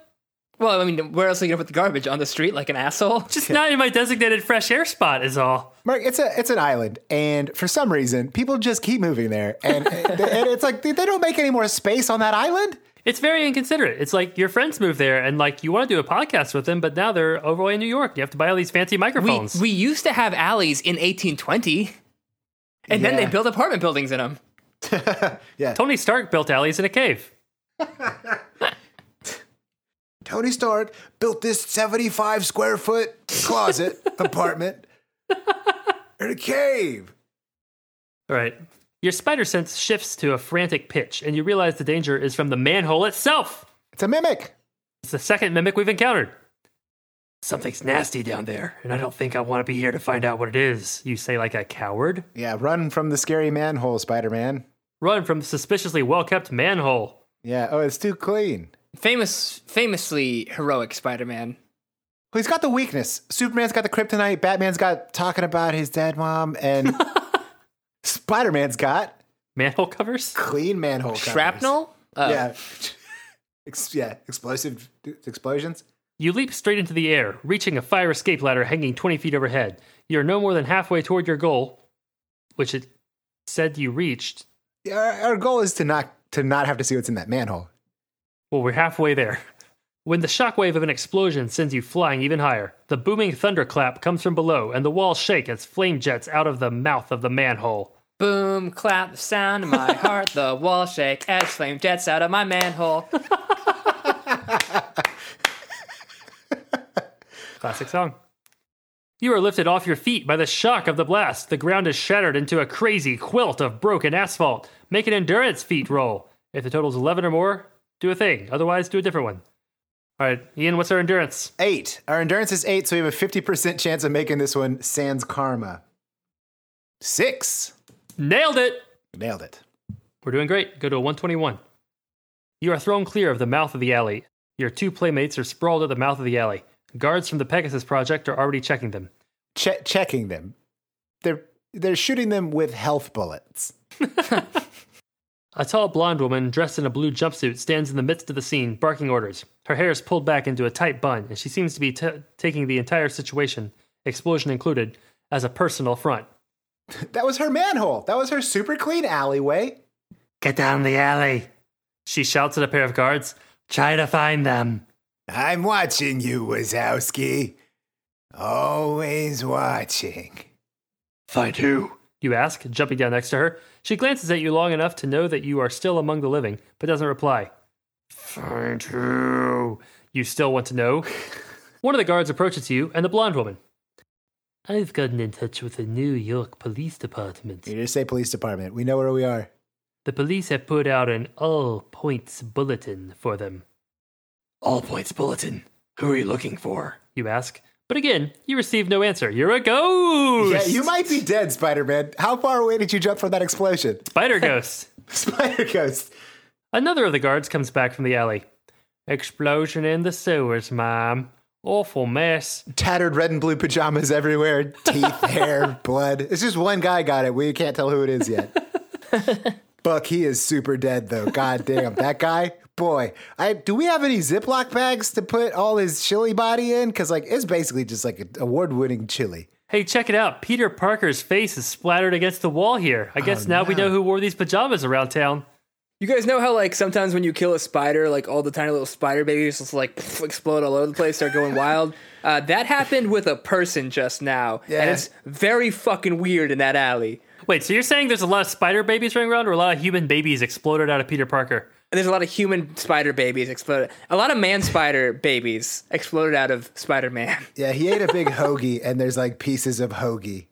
Well, I mean, where else are you going to put the garbage? On the street like an asshole?
Just not in my designated fresh air spot, is all.
Mark, it's a it's an island, and for some reason, people just keep moving there, and, and it's like they they don't make any more space on that island.
It's very inconsiderate. It's like your friends move there and like you want to do a podcast with them, but now they're over way in New York. You have to buy all these fancy
We,
microphones.
we used to have alleys in 1820, and then they
Yeah.
built apartment buildings in them.
Tony Stark built alleys in a cave.
Tony Stark built this seventy-five square foot closet apartment in a cave.
All right. Your spider sense shifts to a frantic pitch, and you realize the danger is from the manhole itself.
It's a mimic.
It's the second mimic we've encountered.
Something's nasty down there, and I don't think I want to be here to find out what it
It is, you say like a coward.
Yeah, run from the scary manhole, Spider-Man.
Run from suspiciously well kept manhole.
Yeah. Oh, it's too clean.
Famous, famously heroic Spider-Man.
Well, He's got the weakness. Superman's got the kryptonite. Batman's got talking about his dead mom, and Spider-Man's got
Manhole covers?
clean manhole covers.
Shrapnel? Oh.
Yeah. Ex- yeah, explosive explosions.
You leap straight into the air, reaching a fire escape ladder hanging 20 feet overhead. You're no more than halfway toward your goal, which it said you reached.
Yeah, Our, our goal is to not to not have to see what's in that manhole.
Well, we're halfway there. When the shockwave of an explosion sends you flying even higher, the booming thunderclap comes from below, and the walls shake as flame jets out of the mouth of the manhole.
Boom, clap, the sound of my heart, the wall shake as flame jets out of my manhole.
Classic song. You are lifted off your feet by the shock of the blast. The ground is shattered into a crazy quilt of broken asphalt. Make an endurance feat roll. If the total is 11 or more, do a thing. Otherwise, do a different one. All right, Ian, what's our endurance?
Eight. Our endurance is eight, so we have a 50% chance of making this one sans karma. Six.
Nailed it.
Nailed it.
We're doing great. Go to a 121. You are thrown clear of the mouth of the alley. Your two playmates are sprawled at the mouth of the alley. Guards from the Pegasus Project are already checking them.
Che- checking them. They're they're shooting them with health bullets.
A tall blonde woman dressed in a blue jumpsuit stands in the midst of the scene, barking orders. Her hair is pulled back into a tight bun, and she seems to be t- taking the entire situation, explosion included, as a personal front.
That was her manhole. That was her super clean alleyway.
Get down the alley.
She shouts at a pair of guards.
Try to find them.
I'm watching you, Wazowski. Always watching.
Find who?
You ask, jumping down next to her. She glances at you long enough to know that you are still among the living, but doesn't reply.
Find who?
You still want to know? One of the guards approaches you and the blonde woman. I've gotten in touch with the New York Police Department.
You just say police department. We know where we are.
The police have put out an all points bulletin for them,
All points bulletin. Who are you looking for?
you ask. But again, you receive no answer. You're a ghost!
Yeah, you might be dead, Spider Man. How far away did you jump from that explosion?
Spider ghost!
Spider Ghost.
Another of the guards comes back from the alley. Explosion in the sewers, ma'am. Awful mess.
Tattered red and blue pajamas everywhere, teeth, hair, blood. It's just one guy got it. We can't tell who it is yet. Buck, he is super dead though. God damn, that guy. Boy, I do we have any Ziploc bags to put all his chili body in? Because like it's basically just like an award-winning chili.
Hey, check it out. Peter Parker's face is splattered against the wall here. I
Oh,
guess now we know who wore these pajamas around town.
You guys know how like sometimes when you kill a spider, like all the tiny little spider babies just like pff, explode all over the place, start going wild. Uh, that happened with a person just now,
Yeah.
and it's very fucking weird in that alley.
Wait, so you're saying there's a lot of spider babies running around or a lot of human babies exploded out of Peter Parker?
And there's a lot of human spider babies exploded. A lot of man spider babies exploded out of Spider Man.
Yeah, he ate a big hoagie, and there's like pieces of hoagie,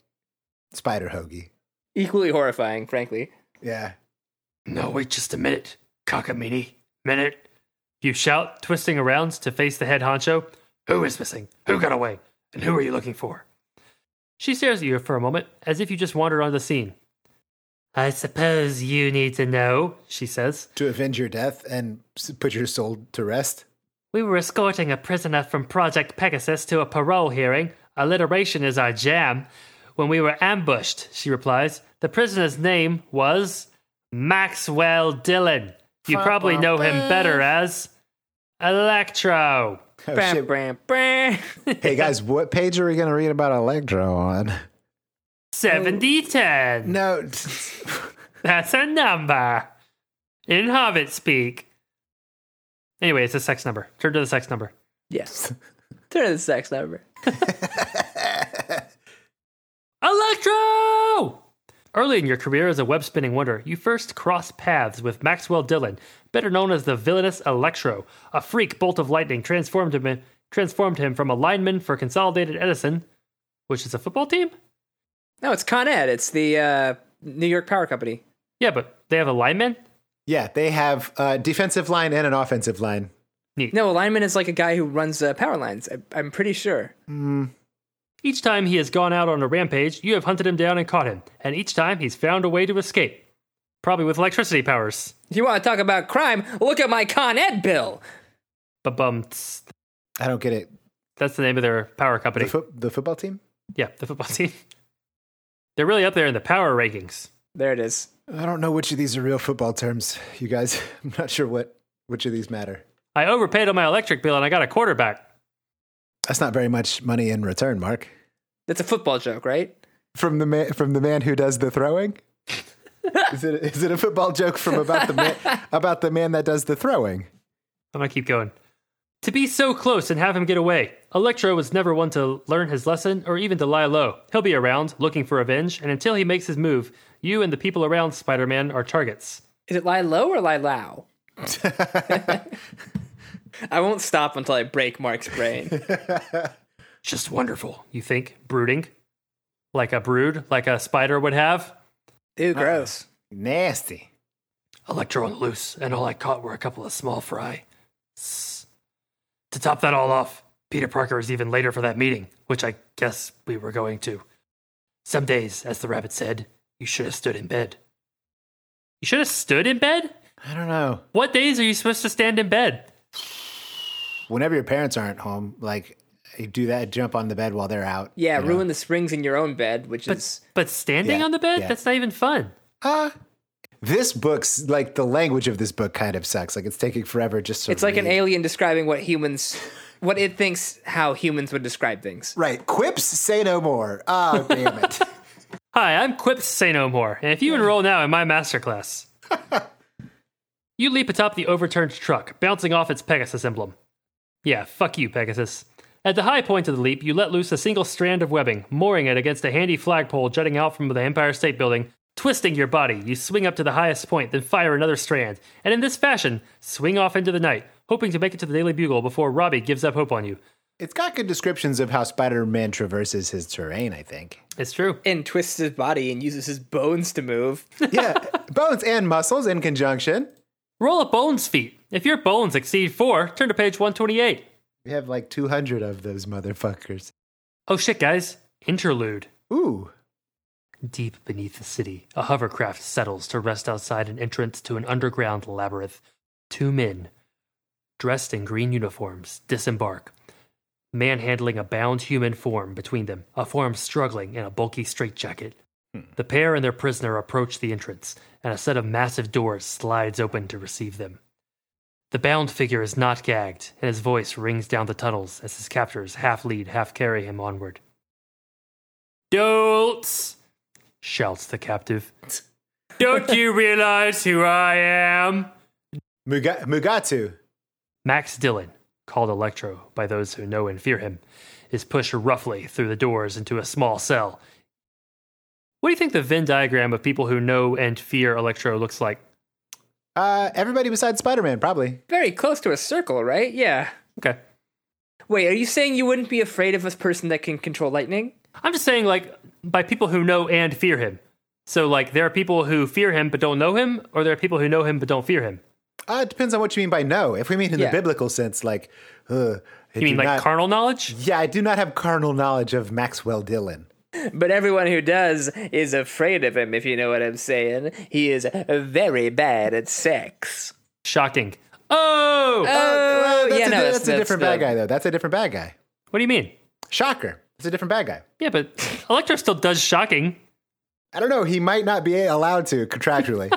spider hoagie.
Equally horrifying, frankly.
Yeah,
No, wait just a minute. Cockamini. Minute.
You shout, twisting around to face the head honcho.
Who is missing? Who got away? And who are you looking for?
She stares at you for a moment, as if you just wandered on the scene. I suppose you need to know, she says.
to avenge your death and s- put your soul to rest.
We were escorting a prisoner from Project Pegasus to a parole hearing. Alliteration is our jam. When we were ambushed, she replies, the prisoner's name was Maxwell Dillon. You probably know him better as Electro.
Oh,
Bram,
shit.
bram, bram.
Hey guys, what page are we gonna read about Electro on?
7010.
No,
That's a number. In Hobbit speak. Anyway, it's a sex number. Turn to the sex number.
Yes. Turn to the sex number.
Electro! Early in your career as a web spinning wonder, you first crossed paths with Maxwell Dillon, better known as the villainous Electro. A freak bolt of lightning transformed him, transformed him from a lineman for Consolidated Edison, which is a football team?
No, it's Con Ed. It's the uh, New York Power Company.
Yeah, but they have a lineman?
yeah, they have a defensive line and an offensive line.
No, a lineman is like a guy who runs uh, power lines. I- I'm pretty sure.
Each time he has gone out on a rampage, you have hunted him down and caught him, and each time he's found a way to escape. Probably with electricity powers.
If you want to talk about crime, look at my Con Ed bill.
Ba bum. tss.
I don't get it.
That's the name of their power company.
The, fo- the football team?
yeah, the football team. They're really up there in the power rankings.
There it is.
I don't know which of these are real football terms, you guys. I'm not sure what which of these matter.
I overpaid on my electric bill and I got a quarterback.
That's not very much money in return, Mark.
That's a football joke, right?
From the man from the man who does the throwing? is it is it a football joke from about the man about the man that does the throwing?
I'm gonna keep going. To be so close and have him get away. Electro was never one to learn his lesson or even to lie low. He'll be around, looking for revenge, and until he makes his move, you and the people around Spider Man are targets.
Is it lie low or lie low? I won't stop until I break Mark's brain.
Just wonderful.
You think? Brooding? Like a brood, like a spider would have?
Ew, gross.
Nasty.
Electro on the loose, and all I caught were a couple of small fry. S- top that all off, Peter Parker is even later for that meeting, which I guess we were going to. Some days, as the rabbit said, you should have stood in bed.
You should have stood in bed?
I don't know.
What days are you supposed to stand in bed?
Whenever your parents aren't home, like you do that jump on the bed while they're out.
Yeah,
you know.
ruin the springs in your own bed, which is
But standing
Yeah,
on the bed?
yeah.
That's not even fun.
Uh, this book's like the language of this book kind of sucks. Like it's taking forever just to
it's like an
read.
alien describing what humans, what it thinks how humans would describe things.
Right. Quips say no more. Ah, damn it.
Hi, I'm Quips Say No More, and if you enroll now in my masterclass, you leap atop the overturned truck, bouncing off its Pegasus emblem. Yeah, fuck you, Pegasus. At the high point of the leap, you let loose a single strand of webbing, mooring it against a handy flagpole jutting out from the Empire State Building. Twisting your body, you swing up to the highest point, then fire another strand, and in this fashion, swing off into the night, hoping to make it to the Daily Bugle before Robbie gives up hope on you.
It's got good descriptions of how Spider-Man traverses his terrain, I think.
It's true.
And twists his body and uses his bones to move.
Yeah, bones and muscles in conjunction.
Roll a bones feat. If your bones exceed four, turn to page 128.
We have like 200 of those motherfuckers.
Oh shit, guys. Interlude.
Ooh.
Deep beneath the city, a hovercraft settles to rest outside an entrance to an underground labyrinth. Two men, dressed in green uniforms, disembark, manhandling a bound human form between them, a form struggling in a bulky straitjacket. The pair and their prisoner approach the entrance, and a set of massive doors slides open to receive them. The bound figure is not gagged, and his voice rings down the tunnels as his captors half lead, half carry him onward. Dolts! shouts the captive. Don't you realize who I am?
Muga- Mugatu.
Max Dillon, called Electro by those who know and fear him, is pushed roughly through the doors into a small cell. What do you think the Venn diagram of people who know and fear Electro looks like?
Uh, everybody besides Spider-Man, probably.
Very close to a circle, right? Yeah.
Okay.
Wait, are you saying you wouldn't be afraid of a person that can control lightning?
I'm just saying, like, by people who know and fear him. So, like, there are people who fear him but don't know him, or there are people who know him but don't fear him.
Uh, it depends on what you mean by no. If we mean in
Yeah.
the biblical sense, like, uh, I
You mean
do
like
not-
carnal knowledge?
Yeah, I do not have carnal knowledge of Maxwell Dillon.
But everyone who does is afraid of him, if you know what I'm saying. He is very bad at sex.
Shocking. Oh!
Oh,
Uh, that's
yeah,
a,
no,
di-
that's-
that's, a
that's
different
the-
bad guy, though. That's a different bad guy.
what do you mean?
Shocker. It's a different bad guy.
Yeah, but Electro still does shocking.
I don't know. He might not be allowed to contractually.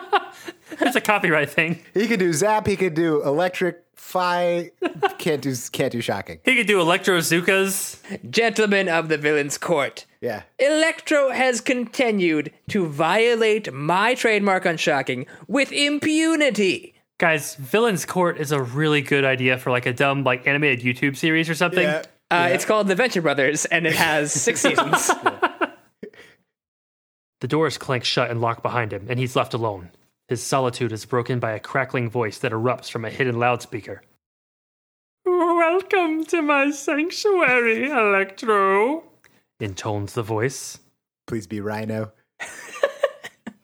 It's a copyright thing.
he could do zap. He could do electric. Fly. Can't do. Can't do shocking.
He could do Electro Zookas.
Gentlemen of the villain's court,
Yeah.
Electro has continued to violate my trademark on shocking with impunity.
Guys, Villain's Court is a really good idea for like a dumb like animated YouTube series or something.
Yeah.
Uh, It's called The Venture Brothers, and it has six seasons.
The doors clank shut and lock behind him, and he's left alone. His solitude is broken by a crackling voice that erupts from a hidden loudspeaker. Welcome to my sanctuary, Electro, intones the voice.
Please be Rhino.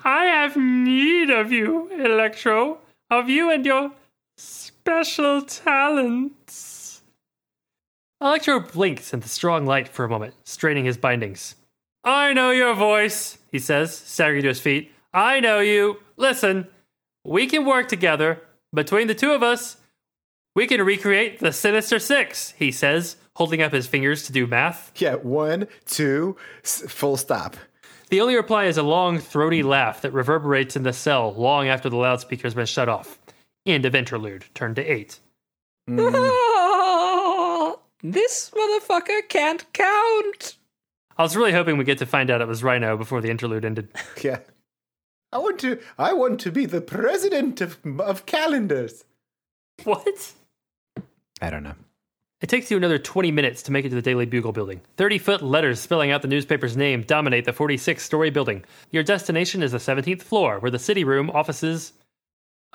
I have need of you, Electro, of you and your special talents. Electro blinks in the strong light for a moment, straining his bindings. I know your voice, he says, staggering to his feet. I know you. Listen, we can work together. Between the two of us, we can recreate the Sinister Six, he says, holding up his fingers to do math.
Yeah. One, two. S- full stop.
The only reply is a long, throaty laugh that reverberates in the cell long after the loudspeaker has been shut off. End of interlude. Turn to eight. Mm.
this motherfucker can't count.
I was really hoping we get to find out it was Rhino before the interlude ended.
Yeah. I want to. I want to be the president of of calendars.
What?
I don't know.
It takes you another 20 minutes to make it to the Daily Bugle building. 30 foot letters spelling out the newspaper's name dominate the 46 story building. Your destination is the 17th floor, where the city room offices.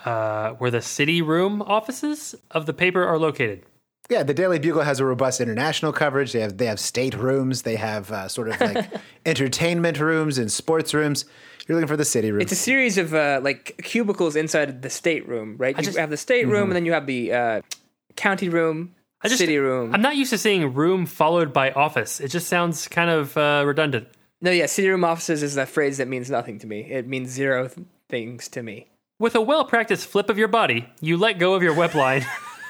Uh, where the city room offices of the paper are located.
Yeah, the Daily Bugle has a robust international coverage. They have they have state rooms. They have uh, sort of like entertainment rooms and sports rooms. You're looking for the city room.
It's a series of uh, like cubicles inside the stateroom, right? You
just- Mm-hmm.
have the stateroom, and then you have the uh, county room.
I I just,
City room.
I'm not used to seeing room followed by office. It just sounds kind of uh, redundant.
No, yeah, city room offices is that phrase that means nothing to me. It means zero th- things to me.
With a well practiced flip of your body, you let go of your web line.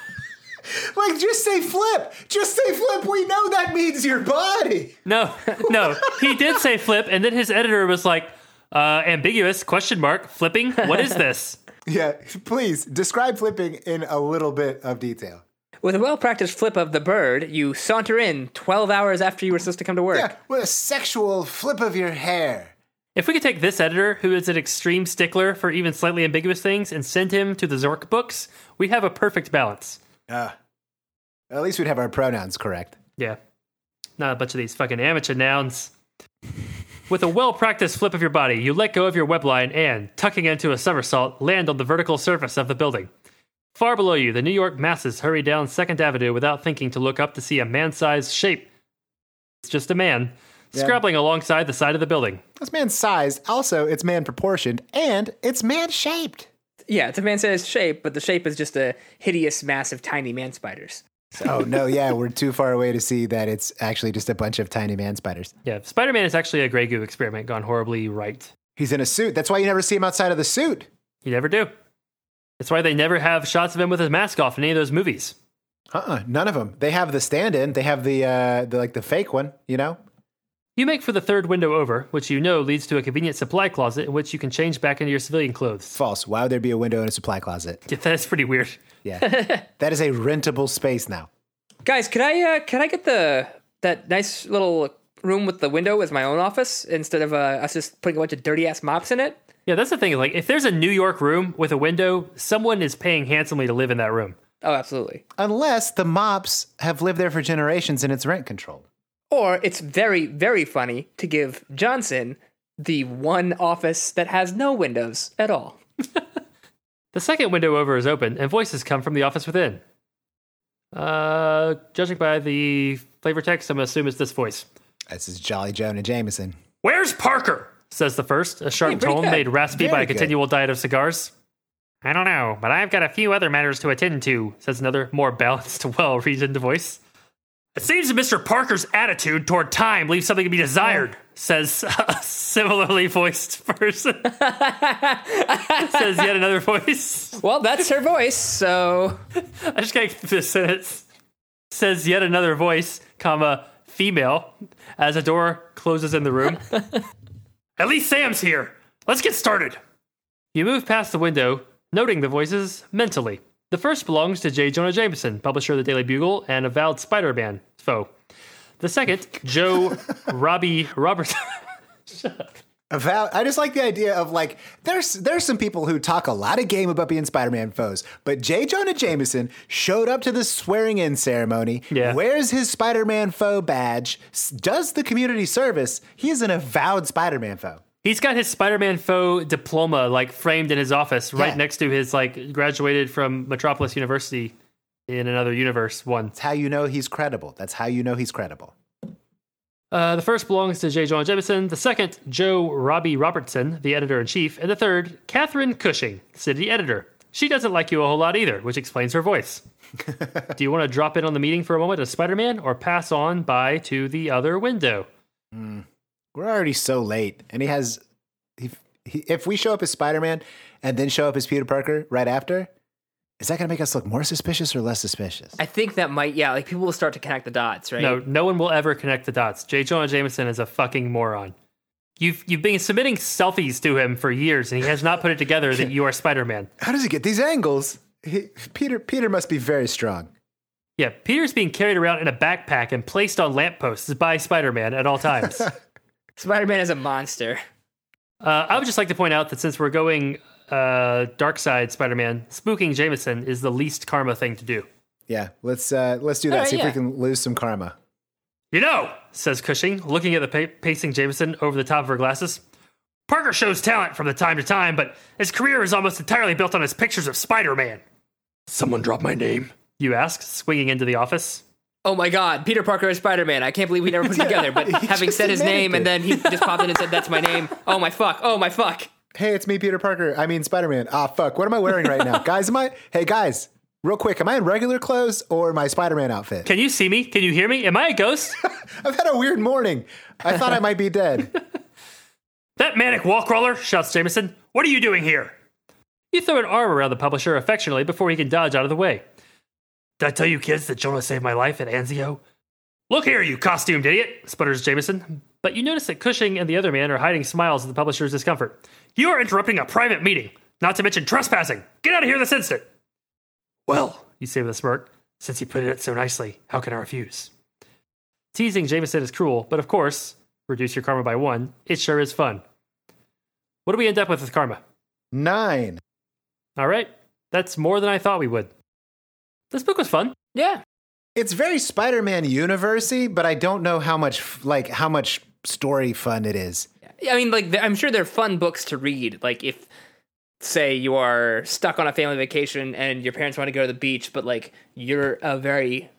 Like, just say flip. Just say flip. We know that means your body.
No, no, he did say flip, and then his editor was like, uh, ambiguous question mark flipping. What is this?
Yeah, please describe flipping in a little bit of detail.
With a well practiced flip of the bird, you saunter in 12 hours after you were supposed to come to work.
Yeah, with a sexual flip of your hair.
If we could take this editor, who is an extreme stickler for even slightly ambiguous things, and send him to the Zork books, we have a perfect balance.
Ah. At least we'd have our pronouns correct.
Yeah. Not a bunch of these fucking amateur nouns. With a well practiced flip of your body, you let go of your web line and, tucking into a somersault, land on the vertical surface of the building. Far below you, the New York masses hurry down 2nd Avenue without thinking to look up to see a man sized shape. It's just a man, scrabbling alongside the side of the building.
This man's sized, also, it's man proportioned, and it's man shaped.
Yeah, it's a man sized shape, but the shape is just a hideous mass of tiny man spiders.
Oh, no, yeah, we're too far away to see that it's actually just a bunch of tiny man spiders.
Yeah, Spider Man is actually a Grey Goo experiment gone horribly right.
He's in a suit. That's why you never see him outside of the suit.
You never do. That's why they never have shots of him with his mask off in any of those movies.
Uh uh none of them. They have the stand in, they have the, uh, the, like, the fake one, you know?
You make for the third window over, which you know leads to a convenient supply closet in which you can change back into your civilian clothes.
False. Why would there be a window in a supply closet?
Yeah, that's pretty weird.
Yeah. that is a rentable space now.
Guys, could I uh, could I get the that nice little room with the window as my own office instead of uh, us just putting a bunch of dirty ass mops in it?
Yeah, that's the thing. Like, if there's a New York room with a window, someone is paying handsomely to live in that room.
Oh, absolutely.
Unless the mops have lived there for generations and it's rent controlled.
Or it's very very funny to give Johnson the one office that has no windows at all.
The second window over is open, and voices come from the office within. Uh, judging by the flavor text, I'm gonna assume it's this voice.
This is Jolly Jonah Jameson.
Where's Parker? Says the first, a sharp
Hey, pretty
tone
good.
made raspy by
Very
a
good.
continual diet of cigars. I don't know, but I've got a few other matters to attend to, says another, more balanced, well reasoned voice. It seems that Mr. Parker's attitude toward time leaves something to be desired, says a similarly voiced person. says yet another voice.
Well, that's her voice, so
I just got this sentence. Says yet another voice, comma, female, as a door closes in the room. At least Sam's here. Let's get started. You move past the window, noting the voices mentally. The first belongs to J. Jonah Jameson, publisher of the Daily Bugle and avowed Spider Man foe. The second, Joe Robbie Robertson.
About, I just like the idea of like there's there's some people who talk a lot of game about being Spider-Man foes, but J. Jonah Jameson showed up to the swearing-in ceremony,
Yeah.
wears his Spider-Man foe badge, s- does the community service. He is an avowed Spider-Man foe.
He's got his Spider-Man foe diploma like framed in his office,
Yeah.
right next to his like graduated from Metropolis University in another universe one.
That's how you know he's credible. That's how you know he's credible.
Uh, the first belongs to J. John Jameson, the second Joe Robbie Robertson, the editor in chief, and the third Catherine Cushing, city editor. She doesn't like you a whole lot either, which explains her voice. Do you want to drop in on the meeting for a moment as Spider-Man, or pass on by to the other window?
We're already so late, and he has. He, he, if we show up as Spider-Man and then show up as Peter Parker right after, is that going to make us look more suspicious or less suspicious?
I think that might yeah, like people will start to connect the dots, right?
No, no one will ever connect the dots. J. Jonah Jameson is a fucking moron. You've you've been submitting selfies to him for years, and he has not put it together that you are Spider Man.
How does he get these angles? He, Peter Peter must be very strong.
Yeah, Peter's being carried around in a backpack and placed on lampposts by Spider Man at all times. uh,
Spider-Man is a monster.
I would just like to point out that since we're going uh, dark side Spider Man, spooking Jameson is the least karma thing to do.
Yeah, let's uh, let's do that.
Alright,
see
yeah.
if we can lose some karma.
You know, says Cushing, looking at the pa- pacing Jameson over the top of her glasses. Parker shows talent from the time to time, but his career is almost entirely built on his pictures of Spider Man.
Someone drop my name.
You ask, swinging into the office.
Oh my God, Peter Parker is Spider Man. I can't believe we never put it together. But having
just
said his
admitted
name and
it.
then he just popped in and said, "That's my name." Oh my fuck. Oh my fuck.
Hey, it's me, Peter Parker. I mean Spider Man. Ah, fuck. What am I wearing right now, guys? Am I? Hey, guys. Real quick, am I in regular clothes or my Spider-Man outfit?
Can you see me? Can you hear me? Am I a ghost?
I've had a weird morning. I thought I might be dead.
that manic wall crawler, shouts Jameson. What are you doing here? You throw an arm around the publisher affectionately before he can dodge out of the way.
Did I tell you kids that Jonah saved my life at Anzio?
Look here, you costumed idiot, sputters Jameson. But you notice that Cushing and the other man are hiding smiles at the publisher's discomfort. You are interrupting a private meeting, not to mention trespassing. Get out of here this instant.
Well,
You say with a smirk,
since you put it so nicely, how can I refuse?
Teasing Jameson is cruel, but of course, reduce your karma by one, it sure is fun. What do we end up with with karma?
Nine.
All right, that's more than I thought we would. This book was fun.
Yeah.
It's very Spider-Man universey, but I don't know how much f- like how much story fun it is.
Yeah, I mean, like, th- I'm sure they're fun books to read. Like, if, say, you are stuck on a family vacation and your parents want to go to the beach, but, like, you're a very,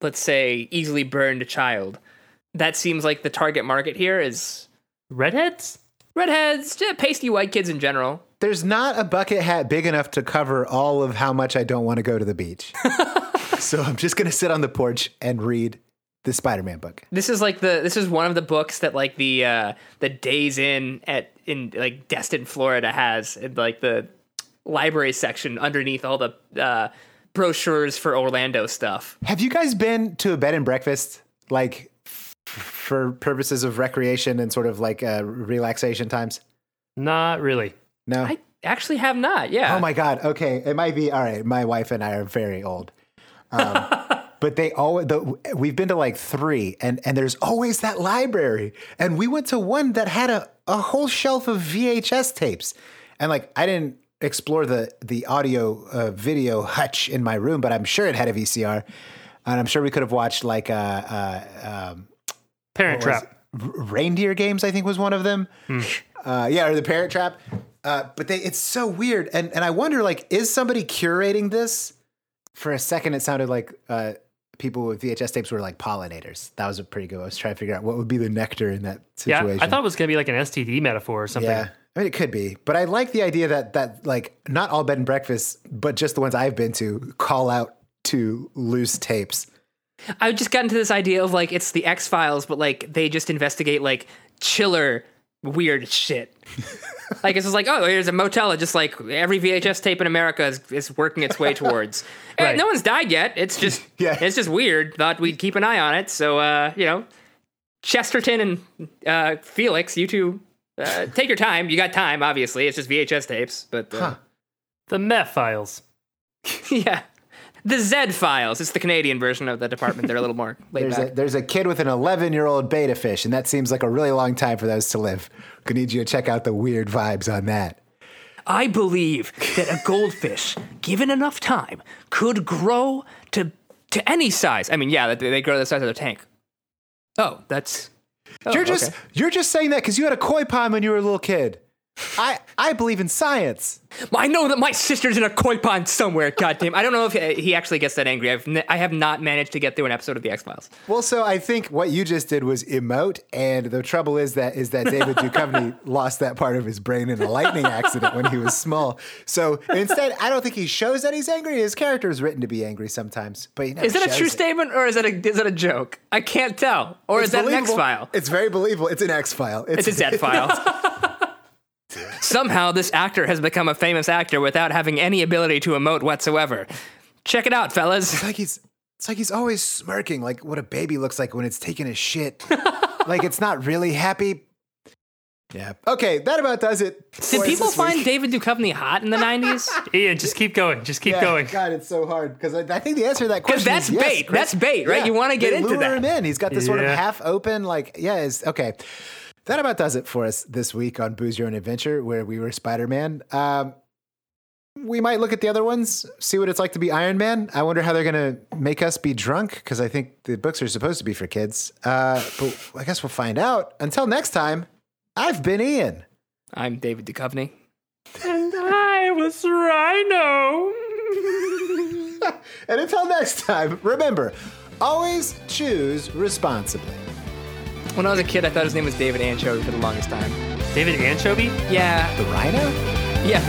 let's say, easily burned child, that seems like the target market here is
Redheads?
redheads, yeah, pasty white kids in general.
There's not a bucket hat big enough to cover all of how much I don't want to go to the beach. so I'm just going to sit on the porch and read the Spider-Man book.
This is like the this is one of the books that like the uh the days in at in like Destin, Florida has in like the library section underneath all the uh brochures for Orlando stuff.
Have you guys been to a bed and breakfast like f- for purposes of recreation and sort of like uh, relaxation times?
Not really.
No.
I actually have not. Yeah.
Oh my god. Okay, it might be all right. My wife and I are very old, um, but they always the, we've been to like three, and and there's always that library, and we went to one that had a a whole shelf of VHS tapes, and like I didn't explore the the audio uh, video hutch in my room, but I'm sure it had a VCR, and I'm sure we could have watched like uh, uh, um,
Parent Trap.
R- reindeer games i think was one of them
Hmm.
uh, yeah or the parrot trap uh, but they it's so weird and and i wonder like is somebody curating this for a second it sounded like uh, people with vhs tapes were like pollinators that was a pretty good i was trying to figure out what would be the nectar in that
Yeah,
situation
I thought it was going to be like an STD metaphor or something.
yeah i mean it could be but i like the idea that that like not all bed and breakfasts but just the ones i've been to call out to loose tapes
I've just gotten to this idea of like it's the X Files, but like they just investigate like chiller weird shit. like it's just like oh, there's a motel. that Just like every VHS tape in America is, is working its way towards. Eh,
Right.
no one's died yet. It's just
Yeah.
it's just weird. Thought we'd keep an eye on it. So uh, you know, Chesterton and uh, Felix, you two. Uh, take your time. You got time, obviously. It's just VHS tapes, but uh,
The meth files.
yeah, the Z files. It's the Canadian version of the department. They're a little more laid
There's
back.
a, there's a kid with an 11 year old beta fish, and that seems like a really long time for those to live. Gonna need you to check out the weird vibes on that.
I believe that a goldfish, given enough time, could grow to to any size. I mean, yeah, they, they grow the size of their tank. Oh, that's oh,
you're just
okay.
you're just saying that because you had a koi pond when you were a little kid. I I believe in science.
I know that my sister's in a koi pond somewhere. Goddamn, I don't know if uh, he actually gets that angry. I've n- I have not managed to get through an episode of the X Files.
Well, so I think what you just did was emote, and the trouble is that is that David Duchovny lost that part of his brain in a lightning accident when he was small. So instead, I don't think he shows that he's angry. His character is written to be angry sometimes, but he never
Is that a
shows
true
it.
statement or is that a is that a joke? I can't tell. Or is
It's
that an X
believable.
file?
It's very believable. It's an X file.
It's a Z file. Somehow, this actor has become a famous actor without having any ability to emote whatsoever. Check it out, fellas.
It's like he's it's like he's always smirking, like what a baby looks like when it's taking a shit. like it's not really happy. Yeah. Okay, that about does it.
Did people find David Duchovny hot in the 90s?
Ian, just keep going. Just keep going.
God, it's so hard because I, I think the answer to that question
that's
is yes,
bait.
Chris.
That's bait, right? You wanna get
They
into
lure
that.
him in. He's got this sort of
Yeah.
half open, like yeah. It's, okay, that about does it for us this week on Booze Your Own Adventure, where we were Spider Man. Um, we might look at the other ones, see what it's like to be Iron Man. I wonder how they're going to make us be drunk because I think the books are supposed to be for kids. Uh, but I guess we'll find out. Until next time, I've been Ian.
I'm David Duchovny.
I was Rhino.
And until next time, remember always choose responsibly.
When I was a kid, I thought his name was David Anchovy for the longest time.
David Anchovy?
Yeah,
The rhino?
yeah.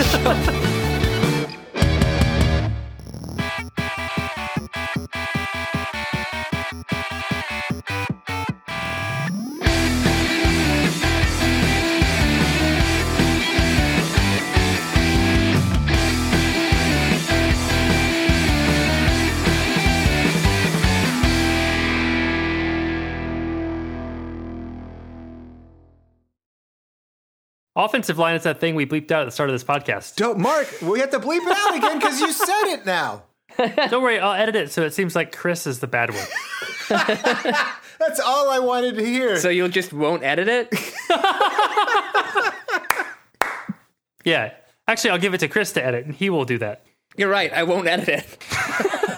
Offensive line is that thing we bleeped out at the start of this podcast.
Don't, Mark, we have to bleep it out again because you said it now.
Don't worry, I'll edit it so it seems like Chris is the bad one.
That's all I wanted to hear.
So you just won't edit it?
Yeah. Actually, I'll give it to Chris to edit, and he will do that.
You're right. I won't edit it.